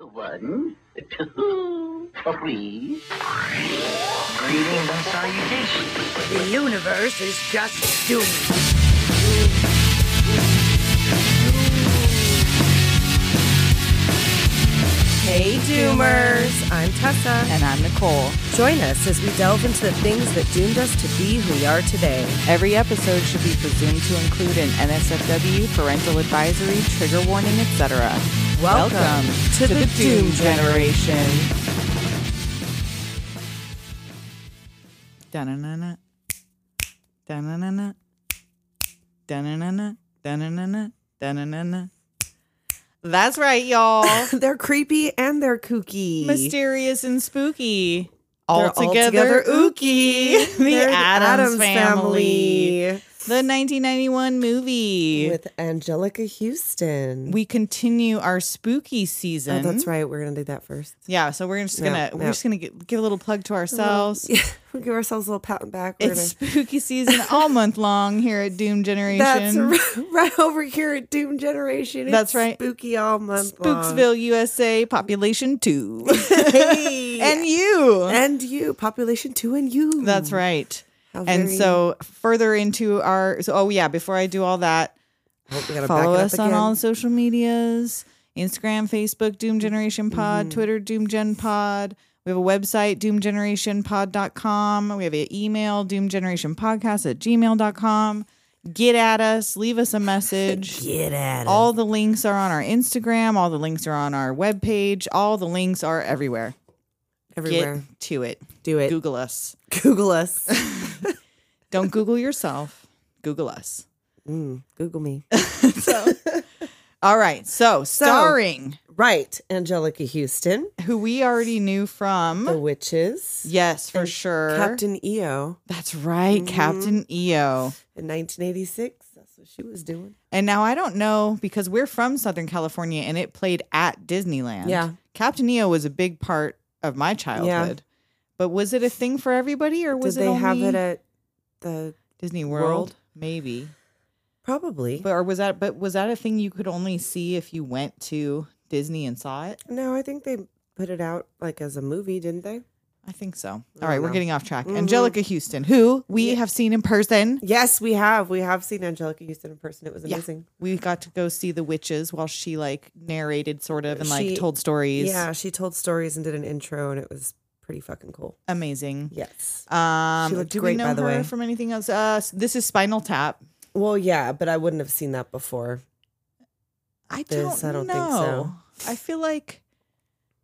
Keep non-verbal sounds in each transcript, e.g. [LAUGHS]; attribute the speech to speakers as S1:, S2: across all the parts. S1: One, two, three. Greetings and salutations.
S2: The universe is just doomed.
S3: Hey Doomers! I'm Tessa.
S4: And I'm Nicole.
S3: Join us as we delve into the things that doomed us to be who we are today.
S4: Every episode should be presumed to include an NSFW, parental advisory, trigger warning, etc.
S3: Welcome to the Doom
S4: Generation. Dun-na-na-na. Dun-na-na-na. Dun-na-na-na. Dun-na-na-na. Dun-na-na-na. That's right, y'all.
S3: [LAUGHS] They're creepy and they're kooky.
S4: Mysterious and spooky.
S3: They're
S4: Altogether,
S3: altogether ooky.
S4: [LAUGHS]
S3: [LAUGHS]
S4: The
S3: They're
S4: Addams Family. The 1991 movie.
S5: with Angelica Houston.
S4: we continue our spooky season.
S5: oh, that's right. We're gonna do that first.
S4: Yeah, so we're just gonna
S5: Yeah,
S4: we're
S5: yeah.
S4: just gonna get, give a little plug to ourselves.
S5: Yeah, [LAUGHS] we give ourselves a little pat on the back. We're
S4: It's
S5: [LAUGHS]
S4: spooky season all month long here at Doom Generation.
S5: gonna, that's right, [LAUGHS] right over here at Doom Generation. It's
S4: That's right.
S5: Spooky all month. long.
S4: Spooksville, USA, population two,
S5: Hey.
S4: [LAUGHS] and you.
S5: and you, population two, and you.
S4: That's right.
S5: How
S4: And
S5: very-
S4: so further into our so oh yeah, before I do all that,
S5: Oh, we gotta
S4: follow
S5: back it
S4: us
S5: up
S4: on
S5: again.
S4: all social medias instagram facebook doom generation
S5: Mm-hmm.
S4: pod twitter doom gen pod we have a website doomgenerationpod.com we have an email doomgenerationpodcast at gmail.com get at us leave us a message
S5: [LAUGHS] Get at it.
S4: all the links are on our instagram all the links are on our webpage all the links are everywhere
S5: everywhere.
S4: get to it
S5: do it.
S4: google us
S5: Google us.
S4: don't google yourself
S5: [LAUGHS]
S4: google us
S5: [LAUGHS] Mm, Google
S4: [LAUGHS]
S5: me.
S4: all right so starring
S5: right, Angelica Houston,
S4: who we already knew from
S5: the witches,
S4: Yes, for sure.
S5: Captain Mm-hmm. EO
S4: That's right, Captain E EO.
S5: in 1986. That's what she was doing.
S4: And now I don't know because we're from Southern California and it played at Disneyland.
S5: Yeah.
S4: Captain EO was a big part of my childhood. But was it a thing for everybody or was
S5: Did
S4: it
S5: they have
S4: only
S5: it at the
S4: Disney World?
S5: World?
S4: Maybe.
S5: Probably.
S4: But or was that but was that a thing you could only see if you went to Disney and saw it?
S5: no, I think they put it out like as a movie, didn't they?
S4: I think so. All right, we're
S5: know. Mm-hmm.
S4: getting off track. Angelica Houston, who we have seen in person.
S5: Yes, we have. We have seen Angelica Houston in person. It was
S4: Yeah.
S5: amazing.
S4: We got to go see the witches while she like narrated sort of and like
S5: She-
S4: told stories.
S5: Yeah, she told stories and did an intro, and it was pretty fucking cool.
S4: amazing.
S5: Yes.
S4: Um,
S5: She looked
S4: do we
S5: great,
S4: know
S5: by the
S4: her
S5: way.
S4: from anything else? Uh, s- this is Spinal Tap.
S5: Well, yeah, but I wouldn't have seen that before.
S4: I don't,
S5: This, I don't
S4: know.
S5: think
S4: I feel like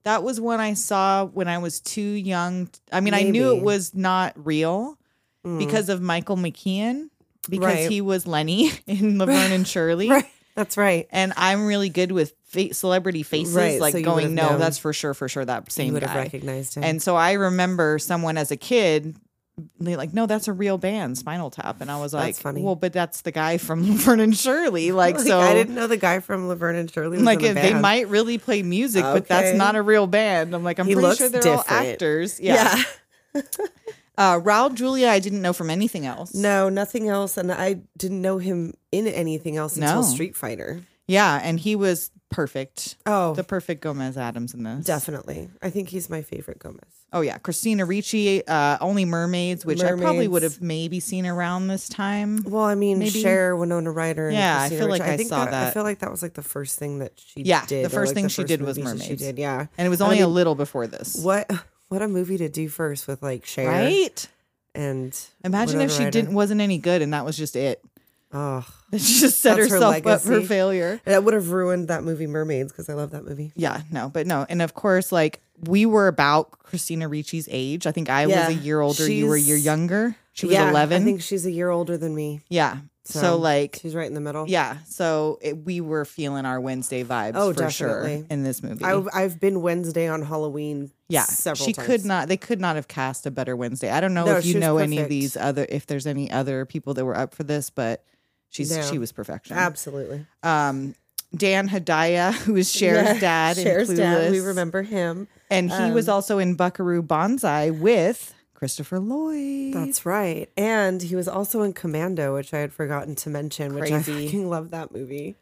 S4: that was one I saw when I was too young. I mean, I knew it
S5: Maybe.
S4: was not real
S5: Mm.
S4: because of Michael McKeon because
S5: Right.
S4: he was Lenny [LAUGHS]
S5: [LAUGHS]
S4: in Laverne and
S5: [LAUGHS]
S4: Shirley.
S5: Right. That's right.
S4: And I'm really good with fa- celebrity faces,
S5: Right,
S4: like
S5: so you
S4: going,
S5: would've
S4: no,
S5: known.
S4: that's for sure, for sure, that same
S5: you would
S4: guy.
S5: have recognized him.
S4: And so I remember someone as a kid, they like, no, that's a real band, Spinal Tap, and I was like,
S5: That's funny.
S4: well, but that's the guy from [LAUGHS] Laverne and Shirley, like,
S5: [LAUGHS] Like,
S4: so.
S5: I didn't know the guy from Laverne and Shirley. Was
S4: like
S5: in a
S4: if they
S5: band.
S4: might really play music, but that's
S5: Okay.
S4: not a real band. I'm like, I'm
S5: He
S4: pretty
S5: looks
S4: sure they're all
S5: different.
S4: actors. Yeah.
S5: Yeah.
S4: Uh, Raul Julia, I didn't know from anything
S5: [LAUGHS]
S4: else.
S5: No, nothing else, and I didn't know him in anything else
S4: No.
S5: until Street Fighter.
S4: Yeah, and he was perfect,
S5: Oh,
S4: the perfect Gomez Adams in this.
S5: definitely. I think he's my favorite Gomez.
S4: Oh yeah, Christina Ricci, uh, Only Mermaids, which I probably
S5: Mermaids.
S4: would have maybe seen around this time.
S5: Well, I mean,
S4: Maybe.
S5: Cher, Winona Ryder. And
S4: Yeah, I
S5: Christina
S4: feel
S5: Ricci.
S4: like I
S5: think
S4: saw that.
S5: I feel like that was like the first thing that she
S4: Yeah,
S5: did.
S4: the
S5: or,
S4: first
S5: like,
S4: thing she
S5: first
S4: did was
S5: movies that
S4: Mermaids.
S5: She did, yeah.
S4: And it was
S5: I
S4: only a
S5: mean,
S4: little before this.
S5: What what a movie to do first with like Cher
S4: Right?
S5: and
S4: Imagine if
S5: Winona
S4: she
S5: Ryder.
S4: didn't wasn't any good and that was just it. [LAUGHS]
S5: Oh,
S4: She just set
S5: That's her
S4: herself up for
S5: legacy.
S4: failure.
S5: that would have ruined that movie Mermaids because I love that movie.
S4: Yeah, no, but no. And of course, like we were about Christina Ricci's age. I think I
S5: Yeah,
S4: was a year older, you were a year
S5: she's-
S4: younger. She was
S5: Yeah,
S4: eleven.
S5: I think she's a year older than me.
S4: yeah. So, like
S5: she's right in the middle.
S4: yeah, so it, we were feeling our Wednesday vibes
S5: Oh,
S4: for sure
S5: definitely.
S4: in this movie.
S5: I, I've been Wednesday on Halloween.
S4: yeah,
S5: several.
S4: she
S5: times.
S4: could not. They could not have cast a better Wednesday. I don't know
S5: No,
S4: if
S5: she
S4: you
S5: was
S4: know any of
S5: perfect.
S4: these other. If there's any other people that were up for this, but she's
S5: No.
S4: she was perfection.
S5: Absolutely.
S4: um, Dan Hedaya, [LAUGHS] who is Cher's
S5: Yeah, [LAUGHS]
S4: dad
S5: Cher's
S4: in Clueless.
S5: dad. We remember Um, him.
S4: And he was also in Buckaroo Banzai with Christopher Lloyd.
S5: That's right. And he was also in Commando, which I had forgotten to mention, which I
S4: Crazy.
S5: fucking love that movie.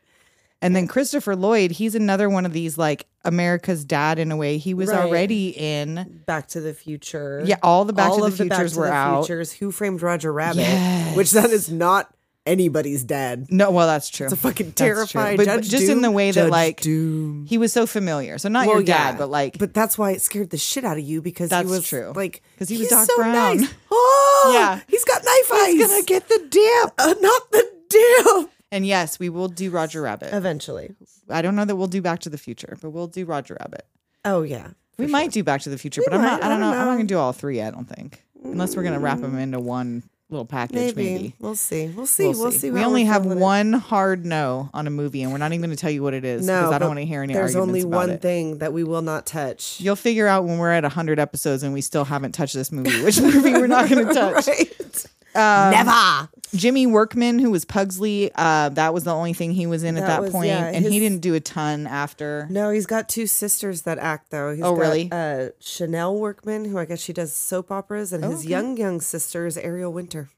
S4: And then Christopher Lloyd, he's another one of these like America's dad in a way. He was
S5: Right.
S4: already in
S5: Back to the Future.
S4: yeah, all the Back
S5: all
S4: to the
S5: of the Back
S4: Futures
S5: to
S4: were
S5: the
S4: out.
S5: Futures. Who framed Roger Rabbit?
S4: Yes.
S5: Which that is not anybody's dad.
S4: No, well that's true.
S5: It's a fucking
S4: That's true.
S5: terrifying.
S4: But-
S5: Judge
S4: but just in
S5: Doom-
S4: the way that
S5: Judge
S4: like
S5: Doom.
S4: he was so familiar. So not
S5: Well,
S4: your dad,
S5: yeah,
S4: but like
S5: but that's why it scared the shit out of you because
S4: That's
S5: he was
S4: true.
S5: like
S4: 'Cause he was
S5: he's
S4: Doc
S5: so
S4: Brown." [LAUGHS]
S5: Nice. Oh,
S4: Yeah.
S5: yeah, he's got knife eyes.
S4: he's gonna get the dip.
S5: Uh, not the dip.
S4: And yes, we will do Roger Rabbit.
S5: Eventually.
S4: I don't know that we'll do Back to the Future, but we'll do Roger Rabbit.
S5: Oh yeah.
S4: We might do Back to the Future, but I'm not.
S5: might,
S4: I don't know. I'm not gonna do all three. I don't think, unless we're gonna wrap them into one little package.
S5: Mm. Maybe.
S4: Maybe.
S5: We'll see. We'll see. We'll see.
S4: We
S5: how
S4: only
S5: we're
S4: have
S5: feeling it.
S4: one hard no on a movie, and we're not even going to tell you what it is because I
S5: but
S4: don't want to hear any
S5: There's
S4: arguments
S5: only
S4: about
S5: one
S4: it.
S5: thing that we will not
S4: [LAUGHS]
S5: touch.
S4: You'll figure out when we're at 100 episodes and we still haven't touched this movie, which [LAUGHS] movie we're
S5: [LAUGHS]
S4: not going to touch.
S5: Right?
S4: Um,
S5: Never.
S4: Jimmy Workman, who was Pugsley, uh, that was the only thing he was in at
S5: That
S4: that
S5: was-
S4: point,
S5: yeah,
S4: and he
S5: his-
S4: didn't do a ton after.
S5: No, he's got two sisters that act though. He's
S4: Oh,
S5: got,
S4: really?
S5: Uh, Chanel Workman, who I guess she does soap operas, and his
S4: okay.
S5: young young sister is Ariel Winter.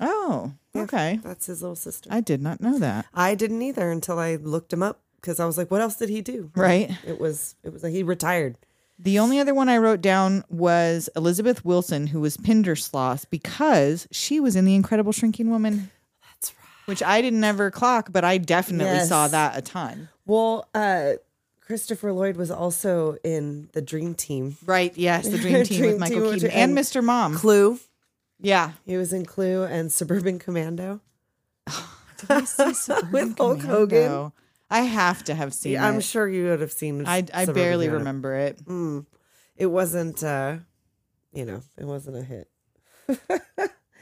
S4: Oh, okay.
S5: That's his little sister.
S4: I did not know that.
S5: I didn't either until I looked him up because I was like, what else did he do?
S4: Right.
S5: It was it was like he retired.
S4: The only other one I wrote down was Elizabeth Wilson, who was Pindersloth, because she was in The Incredible Shrinking Woman.
S5: That's right.
S4: which I didn't ever clock, but I definitely
S5: Yes.
S4: saw that a ton.
S5: Well, uh, Christopher Lloyd was also in the Dream Team.
S4: Right? Yes,
S5: [LAUGHS]
S4: the Dream Team with
S5: Dream
S4: Michael
S5: Team, which-
S4: Keaton
S5: and-
S4: and Mr. Mom.
S5: Clue.
S4: yeah,
S5: [LAUGHS] He was in Clue and Suburban Commando.
S4: Did I see [LAUGHS] Suburban
S5: With Hulk
S4: Commando?
S5: Hogan.
S4: I have to have seen
S5: Yeah, I'm
S4: it.
S5: sure you would have seen.
S4: I I
S5: Suburban
S4: barely
S5: Commando.
S4: remember it.
S5: Mm. It wasn't, uh, you know, it wasn't a hit.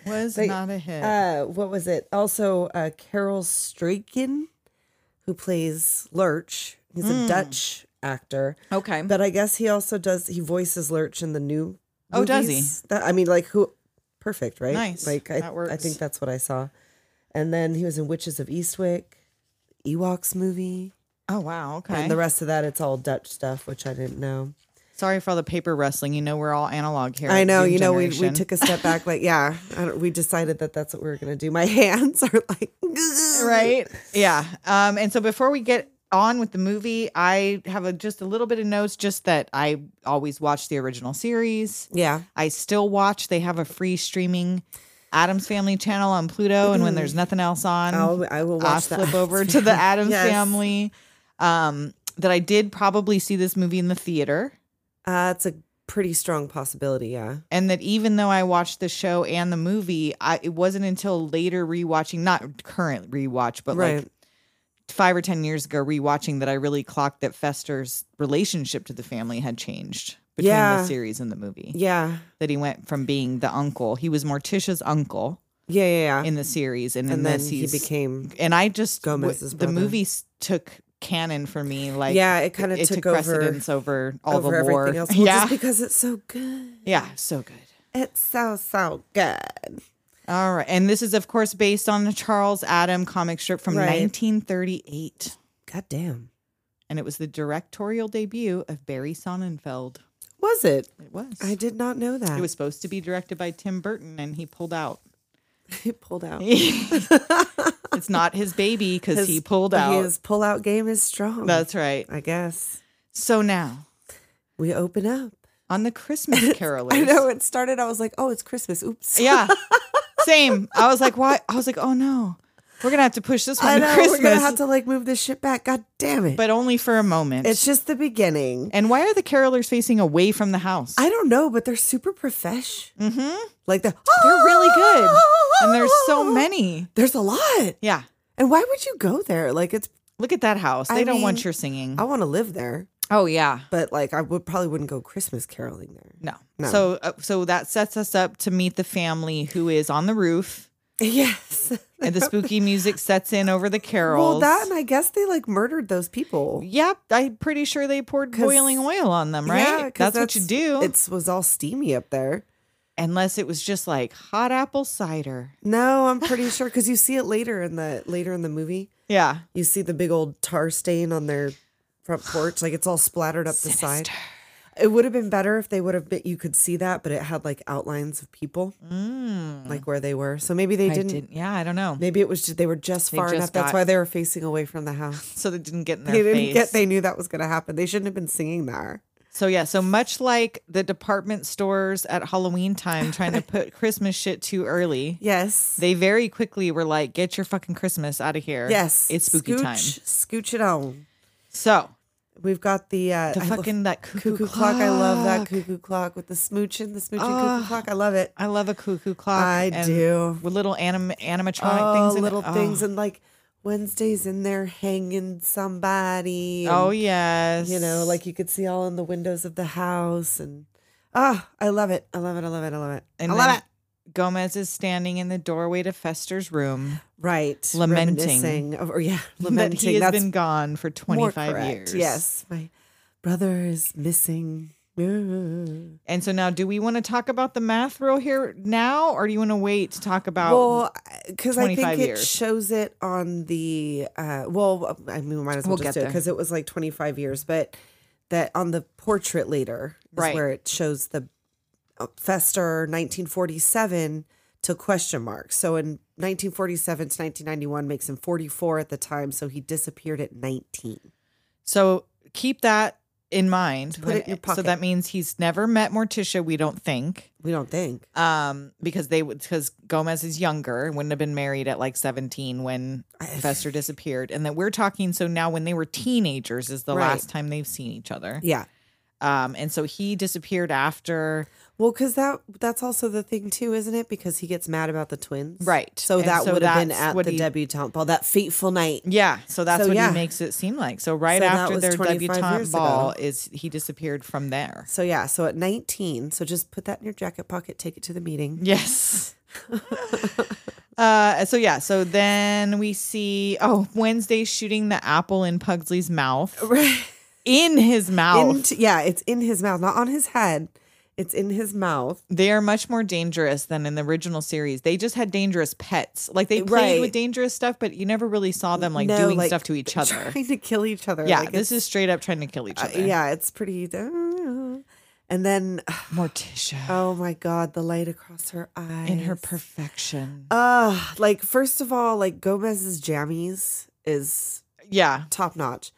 S4: Was
S5: They-
S4: not a hit.
S5: Uh, what was it? Also, uh, Carol Straken, who plays Lurch. He's
S4: Hmm.
S5: a Dutch actor,
S4: okay.
S5: but I guess he also does. He voices Lurch in the new.
S4: Oh, does he?
S5: movies. That, I mean, like who? Perfect, right?
S4: Nice.
S5: Like I,
S4: That
S5: I
S4: works.
S5: think that's what I saw. And then he was in Witches of Eastwick, Ewoks movie,
S4: oh wow. Okay.
S5: and the rest of that it's all Dutch stuff, which I didn't know.
S4: Sorry for all the paper wrestling. You know we're all analog here.
S5: I
S4: at
S5: know,
S4: Zoom
S5: you know, we, we
S4: Generation.
S5: took a step back. Like, yeah, I don't, we decided that that's what we were going to do. My [LAUGHS] hands are like, [LAUGHS]
S4: right? Yeah. Um, and so before we get on with the movie, I have a, just a little bit of notes. Just that I always watch the original series.
S5: Yeah.
S4: I still watch. They have a free streaming Adams Family channel on Pluto, and when there's nothing else on,
S5: Mm. I'll, I will
S4: I
S5: watch that.
S4: Um, flip
S5: [LAUGHS]
S4: over to the Adams
S5: Yes.
S4: Family. Um, that I did probably see this movie in the theater,
S5: Uh, it's a pretty strong possibility. Yeah.
S4: and that even though I watched the show and the movie, I, it wasn't until later rewatching, not current rewatch, but like
S5: right.
S4: five or ten years ago rewatching that I really clocked that Fester's relationship to the family had changed between
S5: Yeah.
S4: the series and the movie.
S5: yeah.
S4: That he went from being the uncle, he was Morticia's uncle
S5: Yeah. Yeah. Yeah.
S4: in the series, and, in
S5: and then
S4: this
S5: he
S4: he's
S5: became.
S4: and I just w-
S5: Gomez's
S4: the
S5: brother.
S4: movies took canon for me. Like
S5: yeah. It kind of
S4: it
S5: took,
S4: took
S5: over,
S4: precedence over all
S5: over
S4: the lore.
S5: everything
S4: [LAUGHS]
S5: else. Well,
S4: yeah,
S5: Just because it's so good.
S4: yeah, so good.
S5: It's so, so good.
S4: All right, and this is of course based on the Charles Adam comic strip from
S5: Right.
S4: 1938,
S5: God damn.
S4: and it was the directorial debut of Barry Sonnenfeld.
S5: Was it?
S4: It was.
S5: I did not know that.
S4: It was supposed to be directed by Tim Burton, and he pulled out.
S5: [LAUGHS] It pulled out.
S4: it's not his baby because
S5: His-
S4: he pulled out.
S5: His pull out game is strong.
S4: That's right.
S5: I guess.
S4: So now
S5: We open up.
S4: on the Christmas
S5: [LAUGHS]
S4: Carolers,
S5: I know it started. I was like, "Oh, it's Christmas." Oops.
S4: Yeah. Same. I was like, why? I was like, oh no, we're gonna have to push this
S5: I
S4: one to
S5: know
S4: Christmas,
S5: we're gonna have to like move this shit back. God damn it!
S4: but only for a moment.
S5: it's just the beginning.
S4: and why are the carolers facing away from the house?
S5: I don't know, but they're super profesh. Mm-hmm. Like the
S4: They're really good, and there's
S5: [LAUGHS]
S4: so many.
S5: There's a lot.
S4: Yeah,
S5: And why would you go there? Like it's.
S4: look at that house. They
S5: I
S4: don't want
S5: mean,
S4: your singing.
S5: I want to live there,
S4: Oh yeah,
S5: but like I would probably wouldn't go Christmas caroling there. [LAUGHS]
S4: no.
S5: No.
S4: So uh, so that sets us up to meet the family who is on the roof,
S5: Yes.
S4: and the
S5: [LAUGHS]
S4: spooky music sets in over the
S5: Well,
S4: carols.
S5: that and I guess they like murdered those people.
S4: Yep, I'm pretty sure they poured
S5: 'Cause-
S4: boiling oil on them, right?
S5: Yeah, 'cause
S4: that's, what you do.
S5: It's was all steamy up there.
S4: Unless it was just like hot apple cider.
S5: No, I'm pretty sure because you see it later in the later in the movie.
S4: Yeah.
S5: You see the big old tar stain on their front porch, like it's all splattered up the side. It would have been better if they would have been, you could see that, but it had like outlines of people, like where they were. So maybe they
S4: Mm. I
S5: didn't,
S4: didn't. Yeah, I don't know.
S5: Maybe it was just they were just
S4: They
S5: far
S4: just
S5: enough. That's
S4: got-
S5: why they were facing away from the house.
S4: So they didn't get in
S5: [LAUGHS]
S4: their
S5: They didn't
S4: face.
S5: get. They knew that was going to happen. They shouldn't have been singing there.
S4: So yeah, so much like the department stores at Halloween time trying
S5: [LAUGHS]
S4: to put Christmas shit too early,
S5: Yes.
S4: they very quickly were like, "Get your fucking Christmas out of here."
S5: yes.
S4: it's spooky
S5: scooch,
S4: time.
S5: Scooch it on.
S4: So
S5: We've got the uh,
S4: the
S5: I love-
S4: fucking that cuckoo,
S5: cuckoo clock. I love that cuckoo clock with the smooching, the smooching cuckoo clock. I love it.
S4: I love a cuckoo clock.
S5: I
S4: and
S5: do.
S4: With little anim- animatronic
S5: Oh,
S4: things. in it.
S5: little
S4: Oh.
S5: things and like Wednesdays in there hanging somebody.
S4: Oh
S5: and,
S4: yes.
S5: you know, like you could see all in the windows of the house and ah, I love it. I love it. I love it. I love it.
S4: And
S5: I love
S4: then
S5: it.
S4: Gomez is standing in the doorway to Fester's room,
S5: Right.
S4: Lamenting.
S5: Reminiscing of- or yeah,
S4: [LAUGHS] that he
S5: lamenting.
S4: has
S5: That's
S4: been gone for
S5: more
S4: 25
S5: correct.
S4: years.
S5: Yes, my brother is missing. Ooh.
S4: And so now, do we want to talk about the math rule here now, or do you want to wait to talk about?
S5: Well, because I
S4: 25
S5: think it
S4: years.
S5: shows it on the. Uh, well, I mean, we might as well,
S4: We'll
S5: just
S4: get
S5: do it
S4: there.
S5: because it was like 25 years, but that on the portrait later is
S4: Right.
S5: where it shows the uh, Fester 1947 to question mark. So in 1947 to 1991 makes him 44 at the time, so he disappeared at 19.
S4: so keep that in mind.
S5: Put it in your
S4: So
S5: pocket.
S4: that means he's never met Morticia. We don't think,
S5: We don't think.
S4: um, because they would because Gomez is younger, wouldn't have been married at like seventeen when Fester disappeared, and that we're talking. So now, when they were teenagers, is the
S5: Right.
S4: last time they've seen each other.
S5: Yeah.
S4: Um, and so he disappeared after.
S5: Well, because that that's also the thing too, isn't it? Because he gets mad about the twins,
S4: Right.
S5: So
S4: And
S5: that
S4: so
S5: would have been
S4: that's
S5: at
S4: what
S5: the
S4: he-
S5: debutante ball, that fateful night.
S4: Yeah, so that's
S5: So,
S4: what
S5: yeah.
S4: he makes it seem like. So right
S5: So that
S4: after
S5: was
S4: their
S5: 25
S4: debutante
S5: years
S4: ball
S5: ago.
S4: is he disappeared from there.
S5: So yeah, so at nineteen, so just put that in your jacket pocket, take it to the meeting.
S4: Yes. [LAUGHS] uh so yeah, so then we see oh, Wednesday shooting the apple in Pugsley's mouth.
S5: [LAUGHS] Right.
S4: In his mouth.
S5: Into, yeah, it's in his mouth, not on his head. It's in his mouth.
S4: they are much more dangerous than in the original series. They just had dangerous pets. Like they played with
S5: Right.
S4: dangerous stuff, but you never really saw them like
S5: No,
S4: doing
S5: like,
S4: stuff to each other.
S5: trying [LAUGHS] to kill each other.
S4: Yeah,
S5: like,
S4: this is
S5: it's-
S4: straight up trying to kill each
S5: uh,
S4: other.
S5: yeah, it's pretty. uh, And then, [SIGHS]
S4: Morticia
S5: oh my God, the light across her eyes
S4: in her perfection.
S5: Oh, Uh, like first of all, like Gomez's jammies is
S4: yeah.
S5: top notch.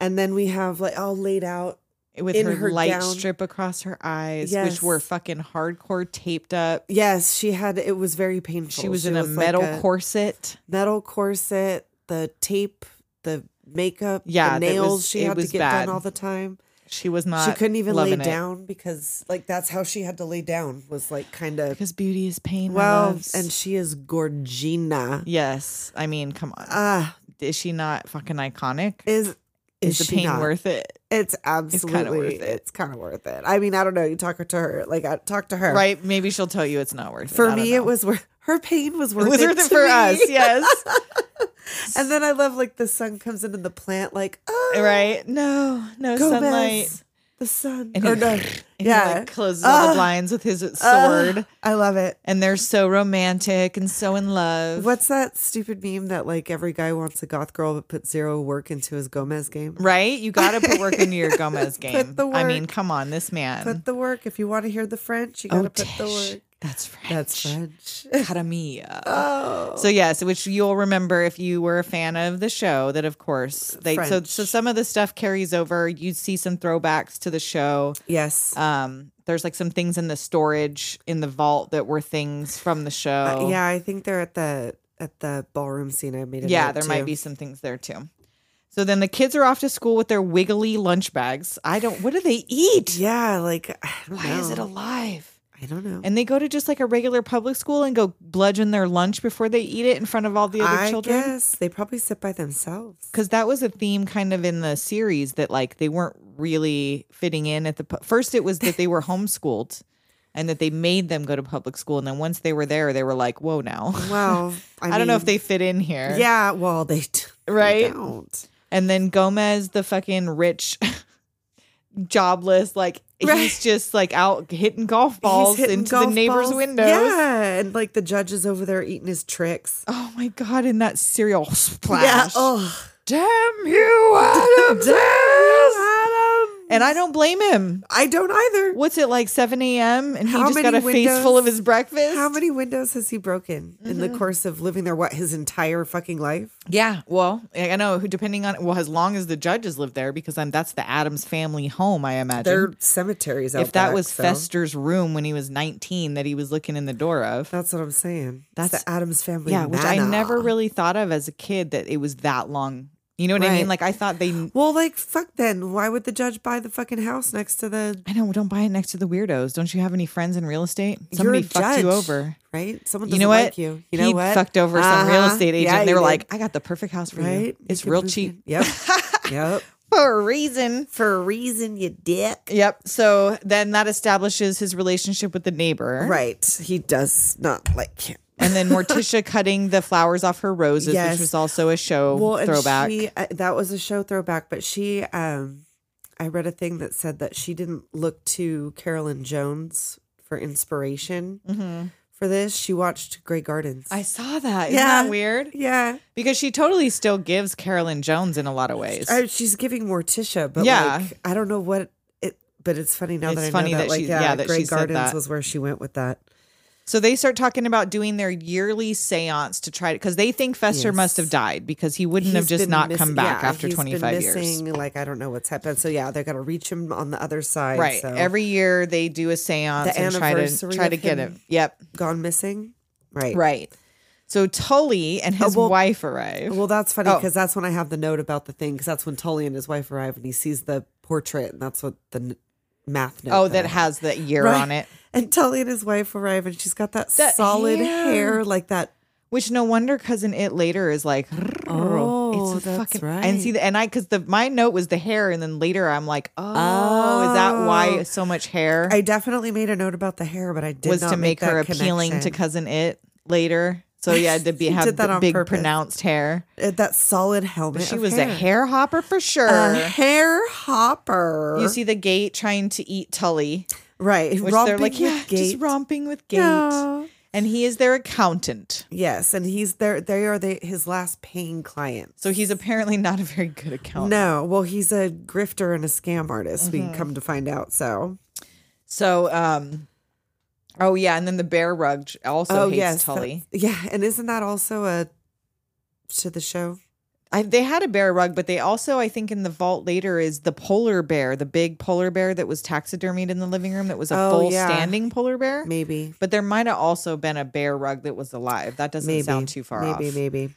S5: And then we have like all laid out.
S4: with
S5: in
S4: her,
S5: her
S4: light
S5: gown.
S4: strip across her eyes, which
S5: Yes.
S4: were fucking hardcore taped up.
S5: Yes, she had it was very painful.
S4: She was in a
S5: like,
S4: metal corset.
S5: metal corset, the tape, the makeup,
S4: Yeah,
S5: the
S4: that was-
S5: nails she
S4: it
S5: had to
S4: was
S5: get
S4: bad.
S5: done all the time.
S4: She was not.
S5: she couldn't even lay
S4: loving it.
S5: down because like that's how she had to lay down was like kind of
S4: because beauty is pain. my
S5: well,
S4: loves.
S5: and she is Gorgina.
S4: yes, I mean, come on,
S5: Ah,
S4: is she not fucking iconic?
S5: is
S4: Is, the
S5: she
S4: pain
S5: not?
S4: worth it?
S5: It's absolutely.
S4: worth it.
S5: It's kind of worth it. I mean, I don't know. You talk to her, like I talk to her.
S4: Right? Maybe she'll tell you it's not worth it. I
S5: For
S4: don't
S5: me,
S4: know.
S5: it was worth. Her pain was worth
S4: It
S5: it,
S4: was worth
S5: to
S4: it for
S5: me.
S4: us.
S5: [LAUGHS]
S4: Yes.
S5: And then I love like the sun comes into the plant, like oh,
S4: right? No, no
S5: Gomez,
S4: sunlight.
S5: The sun.
S4: And
S5: or
S4: he-
S5: no,
S4: And
S5: yeah.
S4: he like closes all the
S5: Ah,
S4: blinds with his sword,
S5: ah, I love it.
S4: and they're so romantic and so in love.
S5: What's that stupid meme that like every guy wants a goth girl but put zero work into his Gomez game?
S4: Right? You got to put work
S5: [LAUGHS]
S4: into your Gomez game.
S5: the
S4: I
S5: work.
S4: mean, come on, this man.
S5: Put the work. If you want to hear the French, you
S4: oh,
S5: gotta put the
S4: Tish,
S5: work.
S4: That's French.
S5: That's French. [LAUGHS]
S4: Academia. oh. So yes, which you'll remember if you were a fan of the show that of course they so
S5: French.
S4: so some of the stuff carries over. You see some throwbacks to the show.
S5: yes. Uh,
S4: Um there's like some things in the storage in the vault that were things from the show.
S5: Uh, yeah, I think they're at the at the ballroom scene. I made. A
S4: Yeah,
S5: note,
S4: there might
S5: too.
S4: be some things there too. So then the kids are off to school with their wiggly lunch bags. I don't what do they eat?
S5: Yeah, like I don't
S4: Why
S5: know.
S4: is it alive?
S5: I don't know.
S4: and they go to just like a regular public school and go bludgeon their lunch before they eat it in front of all the other
S5: I
S4: children
S5: guess they probably sit by
S4: [LAUGHS]
S5: themselves.
S4: because that was a theme kind of in the series that like they weren't really fitting in at the pu- first it was that
S5: [LAUGHS]
S4: they were homeschooled and that they made them go to public school and then once they were there they were like whoa now
S5: Well, I,
S4: [LAUGHS] I, don't know if
S5: mean,
S4: they fit in here
S5: Yeah, well, they d- they
S4: Right?
S5: don't.
S4: and then gomez the fucking rich [LAUGHS] jobless like he's
S5: Right.
S4: just like out hitting golf balls
S5: He's hitting
S4: into the
S5: golf
S4: neighbors
S5: balls.
S4: windows
S5: Yeah, and like the judge is over there eating his tricks.
S4: oh my god and that cereal [LAUGHS] splash
S5: [LAUGHS] Yeah. Oh, [LAUGHS]
S4: Damn you, Adam!
S5: damn, Adam.
S4: And I don't blame him.
S5: I don't either.
S4: What's it like, 7 a.m.? And he
S5: How
S4: just got a
S5: many
S4: face full of
S5: windows-
S4: his breakfast?
S5: How many windows has he broken in
S4: Mm-hmm.
S5: the course of living there? What his entire fucking life?
S4: Yeah, well, I I know. who- Depending on well, as long as the judges live there, because I'm, that's the Adams family home, I imagine.
S5: Their cemeteries. Out
S4: if that
S5: back,
S4: was
S5: so-
S4: Fester's room when he was 19, that he was looking in the door of,
S5: That's what I'm saying. That's
S4: That's-
S5: the Adams family.
S4: yeah, which I
S5: manna.
S4: never really thought of as a kid that it was that long. You know what I mean?
S5: Right.
S4: Like I thought they.
S5: Well, like fuck. Then why would the judge buy the fucking house next to the?
S4: I know. Don't buy it next to the weirdos. Don't you have any friends in real estate?
S5: You're
S4: Somebody
S5: a
S4: fucked you
S5: judge,
S4: over.
S5: right? Someone
S4: You
S5: doesn't
S4: know what?
S5: like you. You know
S4: he
S5: what?
S4: fucked over some real
S5: Uh-huh.
S4: estate agent.
S5: Yeah,
S4: and they
S5: you
S4: were
S5: did.
S4: like, "I got the perfect house for you.
S5: right? You
S4: It's
S5: can
S4: real
S5: move
S4: cheap
S5: in. [LAUGHS] Yep. yep.
S4: for a reason."
S5: For a reason, you dick.
S4: Yep. So then that establishes his relationship with the neighbor.
S5: Right. He does not like him. [LAUGHS]
S4: And then Morticia cutting the flowers off her roses,
S5: Yes.
S4: which was also a show
S5: and
S4: throwback.
S5: she- uh, that was a show throwback, but she, um, I read a thing that said that she didn't look to Carolyn Jones for inspiration for this. She watched Grey Gardens.
S4: I saw that. Isn't
S5: Yeah.
S4: that weird?
S5: yeah,
S4: Because she totally still gives Carolyn Jones in a lot of ways.
S5: I, Oh, she's giving Morticia, but
S4: Yeah.
S5: like I don't know what it. But it's funny now
S4: It's
S5: that I
S4: funny
S5: know that,
S4: that
S5: like,
S4: she-
S5: yeah,
S4: yeah, that
S5: Grey
S4: she said
S5: Gardens
S4: that.
S5: was where she went with that.
S4: so they start talking about doing their yearly seance to try to, because they think Fester
S5: Yes.
S4: must have died because he wouldn't have
S5: He's
S4: just
S5: been
S4: not
S5: miss-
S4: come back
S5: yeah,
S4: after
S5: he's been
S4: 25 years.
S5: missing, Like I don't know what's happened. So yeah, they're gonna reach him on the other side.
S4: Right.
S5: so.
S4: Every year they do a seance
S5: The
S4: and try to
S5: anniversary
S4: try
S5: of
S4: to get
S5: him.
S4: him. Yep.
S5: gone missing. Right.
S4: Right. So Tully and his
S5: Oh, well-
S4: wife arrive.
S5: Well, that's funny
S4: Oh.
S5: because that's when I have the note about the thing because that's when Tully and his wife arrive and he sees the portrait and that's what the n- math note.
S4: Oh, that
S5: I-
S4: has the year
S5: Right.
S4: on it.
S5: And Tully and his wife arrive and she's got that,
S4: That
S5: solid
S4: hair.
S5: hair. like that.
S4: Which no wonder cousin it later is like
S5: Oh,
S4: a
S5: that's
S4: and see
S5: right.
S4: the, and I because the my note was the hair and then later I'm like oh, is that why
S5: Oh.
S4: so much hair
S5: I definitely made a note about the hair, but I did
S4: was
S5: not
S4: to make, her
S5: that
S4: appealing
S5: connection.
S4: to cousin it later so yeah
S5: [LAUGHS]
S4: to be
S5: He
S4: have
S5: did that
S4: the
S5: on
S4: big
S5: purpose.
S4: pronounced hair
S5: Uh, that solid helmet.
S4: she
S5: of Uh-huh.
S4: was
S5: hair.
S4: a hair hopper for sure
S5: A hair hopper.
S4: you see the gate trying to eat Tully
S5: right?
S4: which
S5: romping
S4: they're like
S5: with
S4: yeah just
S5: gait.
S4: romping with gate
S5: Yeah.
S4: and he is their accountant
S5: Yes, and he's there. They are the, his last paying client.
S4: so he's apparently not a very good accountant
S5: No, well, he's a grifter and a scam artist.
S4: Mm-hmm.
S5: We come to find out. So,
S4: So, um, oh yeah, and then the bear rug j- also hates
S5: that-
S4: Tully.
S5: Oh, uh, yeah, and isn't that also a to the show?
S4: I, they had a bear rug, but they also, I think, in the vault later is the polar bear, the big polar bear that was taxidermied in the living room, that was a
S5: Oh,
S4: full
S5: yeah.
S4: standing polar bear.
S5: Maybe,
S4: But there might have also been a bear rug that was alive. That doesn't
S5: maybe
S4: sound too far
S5: Maybe,
S4: off.
S5: maybe.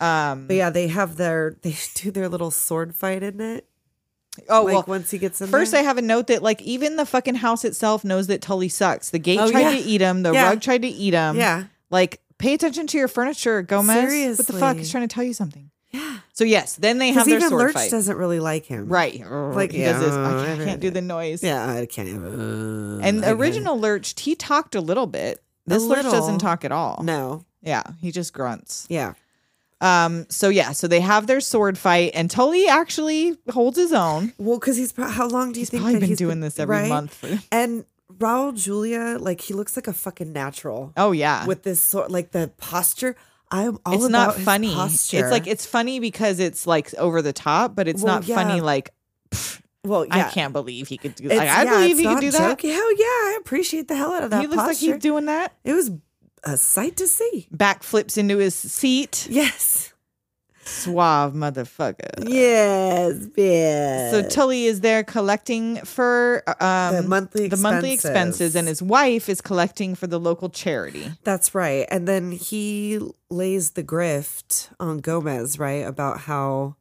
S4: Um,
S5: But yeah, they have their [LAUGHS] they do their little sword fight in it.
S4: oh
S5: like
S4: well.
S5: once he gets in
S4: First, I
S5: there.
S4: have a note that like even the fucking house itself knows that Tully sucks. The gate
S5: Oh,
S4: tried
S5: yeah.
S4: to eat him. The
S5: Yeah.
S4: rug tried to eat him.
S5: yeah,
S4: Like, pay attention to your furniture, Gomez. What the fuck? He's
S5: Seriously.
S4: trying to tell you something. Yeah. So yes, then they have
S5: because
S4: their
S5: even
S4: sword
S5: Lurch
S4: fight.
S5: doesn't really like him,
S4: right.
S5: Like,
S4: he does this. I
S5: yeah,
S4: can't- I can't,
S5: I
S4: do the noise.
S5: Yeah, I can't. uh,
S4: And
S5: I
S4: original Lurch, he talked a little bit. This Lurch doesn't
S5: little.
S4: talk at all.
S5: can't- no,
S4: Yeah, he just grunts.
S5: yeah,
S4: Um. So yeah. So they have their sword fight, and Tully actually holds his own.
S5: well, because he's pro- how long do you
S4: He's
S5: think
S4: probably
S5: that
S4: been
S5: he's
S4: doing this every
S5: right? [LAUGHS]
S4: month. For,
S5: And Raul Julia, like he looks like a fucking natural
S4: oh yeah.
S5: with this sort, like the posture. I'm all
S4: it's
S5: about
S4: not
S5: his
S4: funny. It's
S5: posture.
S4: like it's funny because it's like over the top, but it's
S5: Well,
S4: not
S5: yeah.
S4: funny. Like
S5: well, yeah.
S4: I can't believe he could do.
S5: It's-
S4: Like, I
S5: yeah,
S4: believe
S5: it's
S4: he could
S5: not
S4: do that.
S5: jokey. Hell yeah, I appreciate the hell out of that.
S4: he looks like
S5: posture.
S4: he's doing that.
S5: It was a sight to
S4: [LAUGHS]
S5: see.
S4: Back flips into his seat.
S5: Yes,
S4: Suave motherfucker.
S5: yes, bitch.
S4: So Tully is there collecting for um,
S5: The monthly
S4: the monthly expenses,
S5: expenses.
S4: and his wife is collecting for the local charity.
S5: That's right. And then he lays the grift on Gomez, right, about how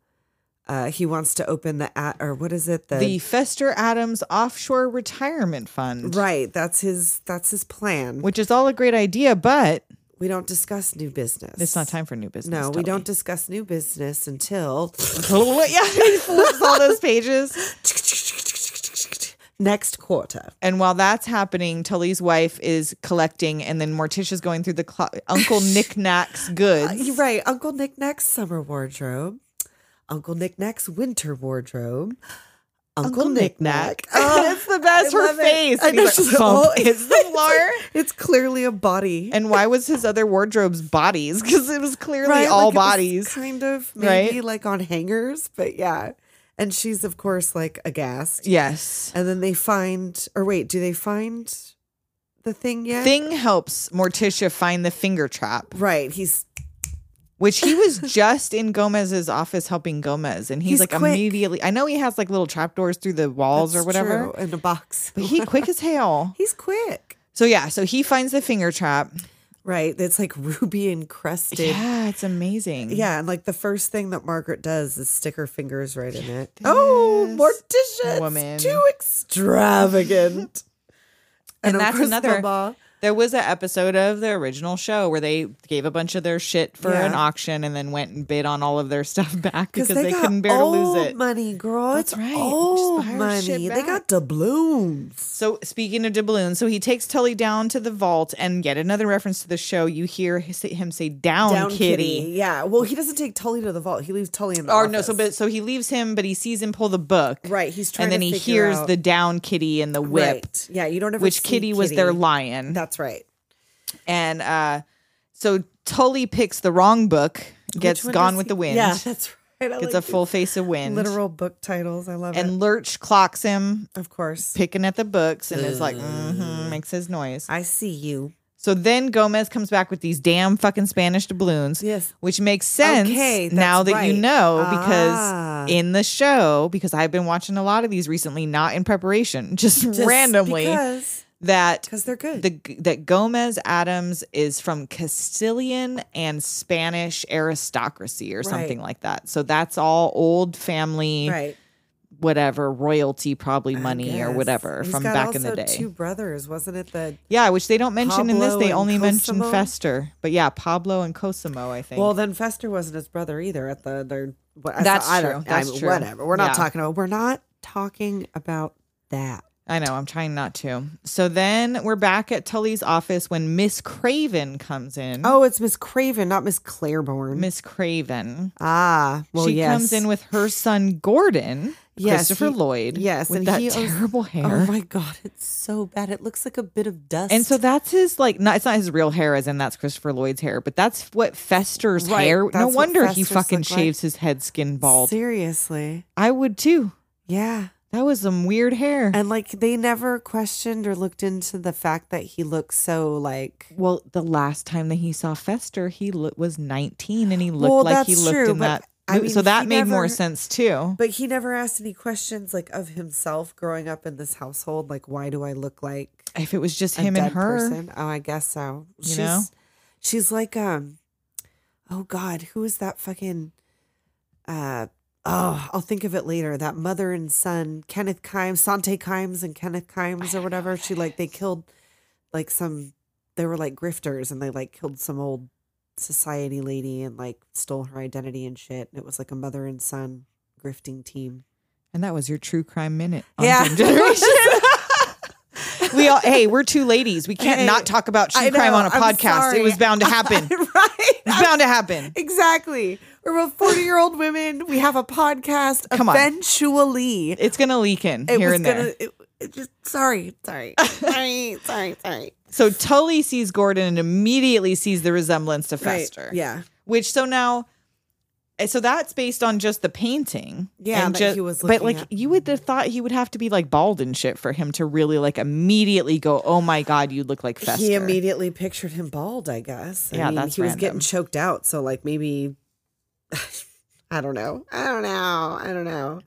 S5: uh, he wants to open the at or what is it
S4: The Fester Adams Offshore Retirement Fund,
S5: Right, that's his that's his plan.
S4: which is all a great idea, but
S5: We don't discuss new business.
S4: it's not time for new business.
S5: No, we
S4: Tully. [LAUGHS]
S5: don't [LAUGHS] discuss new business until
S4: yeah, he flips all those pages.
S5: next quarter.
S4: And while that's happening, Tully's wife is collecting, and then Morticia's going through the clo-
S5: [LAUGHS]
S4: Uncle Knickknack's goods.
S5: Uh, You're right. Uncle Nick Nack's summer wardrobe. Uncle Nick Nack's winter wardrobe. Uncle, Nick Nack.
S4: Oh, [LAUGHS] it's the best.
S5: [LAUGHS] I
S4: Her
S5: love it.
S4: face.
S5: I
S4: And
S5: know,
S4: he's
S5: she's
S4: like,
S5: like, oh,
S4: "Bump." It's the
S5: [LAUGHS]
S4: floor.
S5: It's clearly a body.
S4: And why was his other wardrobe's bodies? Because it was clearly all
S5: like it was
S4: bodies.
S5: kind of
S4: right?
S5: maybe like on hangers, but yeah. And she's, of course, like aghast.
S4: Yes.
S5: And then they find, or wait, do they find the thing yet?
S4: Thing helps Morticia find the finger trap,
S5: Right. He's
S4: which he was just in Gomez's office helping Gomez. And
S5: He's
S4: he's, like
S5: quick.
S4: immediately, I know he has like little trapdoors through the walls or
S5: that's
S4: whatever,
S5: true, in a box.
S4: but he quick as hell.
S5: [LAUGHS] He's quick.
S4: So yeah, so he finds the finger trap.
S5: Right. It's like ruby encrusted. Yeah.
S4: Yeah, it's amazing.
S5: and like the first thing that Margaret does is stick her fingers right in it. oh, Morticia,
S4: woman.
S5: woman, too extravagant.
S4: [LAUGHS] And
S5: of
S4: that's
S5: course,
S4: another-
S5: Mama-
S4: There was an episode of the original show where they gave a bunch of their shit for
S5: Yeah.
S4: an auction and then went and bid on all of their stuff [LAUGHS] back because
S5: because
S4: they,
S5: got
S4: couldn't bear to lose
S5: old
S4: it.
S5: Money, girl.
S4: That's
S5: it's
S4: right. Just
S5: old
S4: buy our shit
S5: money. They
S4: back.
S5: got doubloons.
S4: So speaking of doubloons, so he takes Tully down to the vault, and yet another reference to the show. You hear his- him say, "Down, kitty.
S5: Yeah. Well, he doesn't take Tully to the vault. He leaves Tully in the
S4: Or no, so
S5: office.
S4: but so he leaves him, but he sees him pull the book,
S5: Right, he's trying
S4: and then
S5: to
S4: he
S5: figure
S4: hears
S5: out-
S4: the down kitty and the whip,
S5: Right. Yeah, you don't ever
S4: which
S5: see
S4: kitty, was their
S5: Kitty.
S4: lion,
S5: That's right.
S4: and uh, so Tully picks the wrong book, gets
S5: Which one
S4: gone
S5: does
S4: with
S5: he-
S4: the wind,
S5: Yeah, that's right. I
S4: gets
S5: like
S4: a full face of
S5: these
S4: wind,
S5: literal book titles. I love it.
S4: and Lurch clocks him,
S5: Of course.
S4: picking at the books, and is like, hmm makes his noise.
S5: I see you.
S4: So then Gomez comes back with these damn fucking Spanish doubloons.
S5: Yes.
S4: Which makes sense
S5: Okay, that's
S4: now that you
S5: right.
S4: know because
S5: Ah.
S4: in the show, because I've been watching a lot of these recently, not in preparation, [LAUGHS] just, randomly,
S5: Because
S4: that
S5: 'cause they're good.
S4: the that Gomez Adams is from Castilian and Spanish aristocracy or something
S5: Right.
S4: like that. So that's all old family,
S5: right.
S4: whatever royalty, probably money or
S5: Yes.
S4: whatever
S5: He's
S4: from
S5: got
S4: back in the
S5: also
S4: day.
S5: Two brothers, wasn't it? The
S4: Yeah, which they don't mention in this.
S5: Pablo
S4: They
S5: and
S4: only mention
S5: Cosimo?
S4: Fester. But yeah, Pablo and Cosimo, I think.
S5: well, then Fester wasn't his brother either. At the their what, I-
S4: That's
S5: I
S4: true.
S5: don't-
S4: That's
S5: I mean,
S4: true.
S5: Whatever. We're not
S4: Yeah. Mm-hmm.
S5: talking about. We're not talking about that.
S4: I know, I'm trying not to. So then we're back at Tully's office when Miss Craven comes in.
S5: Oh, it's Miss Craven, not Miss Claiborne.
S4: Miss Craven.
S5: ah, well,
S4: she
S5: yes.
S4: comes in with her son Gordon,
S5: Yes,
S4: Christopher
S5: he-
S4: Lloyd.
S5: yes,
S4: with
S5: and
S4: that
S5: he owns-
S4: terrible
S5: Oh
S4: hair.
S5: my god, it's so bad. It looks like a bit of dust.
S4: and so that's his like not it's not his real hair as in that's Christopher Lloyd's hair, but that's what Fester's
S5: Right,
S4: hair.
S5: that's
S4: No
S5: what
S4: wonder he
S5: Fester's
S4: fucking
S5: look like.
S4: shaves his head skin bald.
S5: seriously,
S4: I would too.
S5: yeah.
S4: That was some weird hair.
S5: And like they never questioned or looked into the fact that he looks so like.
S4: Well, the last time that he saw Fester, he lo- was 19 and he looked
S5: Well,
S4: like he
S5: that's
S4: looked
S5: true,
S4: in
S5: but
S4: that.
S5: I
S4: movie.
S5: mean,
S4: so that
S5: he
S4: made more
S5: never-
S4: sense too.
S5: But he never asked any questions like of himself growing up in this household. Like, why do I look like
S4: If it was just
S5: a
S4: him and
S5: dead
S4: her,
S5: Person? Oh, I guess so.
S4: You know?
S5: she's like um, oh God, who is that fucking? Uh, oh, I'll think of it later. That mother and son, Kenneth Kimes, Sante Kimes, and Kenneth Kimes, or whatever. She like they killed like some. They were like grifters, and they like killed some old society lady and like stole her identity and shit. And it was like a mother and son grifting team.
S4: and that was your true crime minute. On
S5: Yeah.
S4: Dream Generation. we all hey, we're two ladies. We can't
S5: Hey,
S4: not talk about
S5: [LAUGHS]
S4: true
S5: I
S4: crime
S5: know,
S4: on a
S5: I'm
S4: podcast. It
S5: sorry.
S4: was bound to happen.
S5: [LAUGHS]
S4: [LAUGHS]
S5: right.
S4: it's bound to happen.
S5: Exactly. We're both 40 year old women. We have a podcast.
S4: Come on.
S5: eventually.
S4: It's gonna leak in
S5: It
S4: here
S5: was
S4: and
S5: gonna.
S4: there.
S5: It, it just, sorry. Sorry.
S4: [LAUGHS]
S5: sorry. Sorry. Sorry.
S4: So Tully sees Gordon and immediately sees the resemblance to
S5: Right.
S4: Fester.
S5: Yeah.
S4: Which so now, eh, so that's based on just the painting.
S5: Yeah,
S4: and
S5: that
S4: ju-
S5: he was
S4: But
S5: looking
S4: like,
S5: at.
S4: you would have thought he would have to be like bald and shit for him to really like immediately go, "Oh my god, you look like Fester."
S5: He immediately pictured him bald, I guess. I
S4: Yeah, that's
S5: He was
S4: random.
S5: getting choked out. So, like, maybe. [LAUGHS] I don't know. I don't know. I don't know.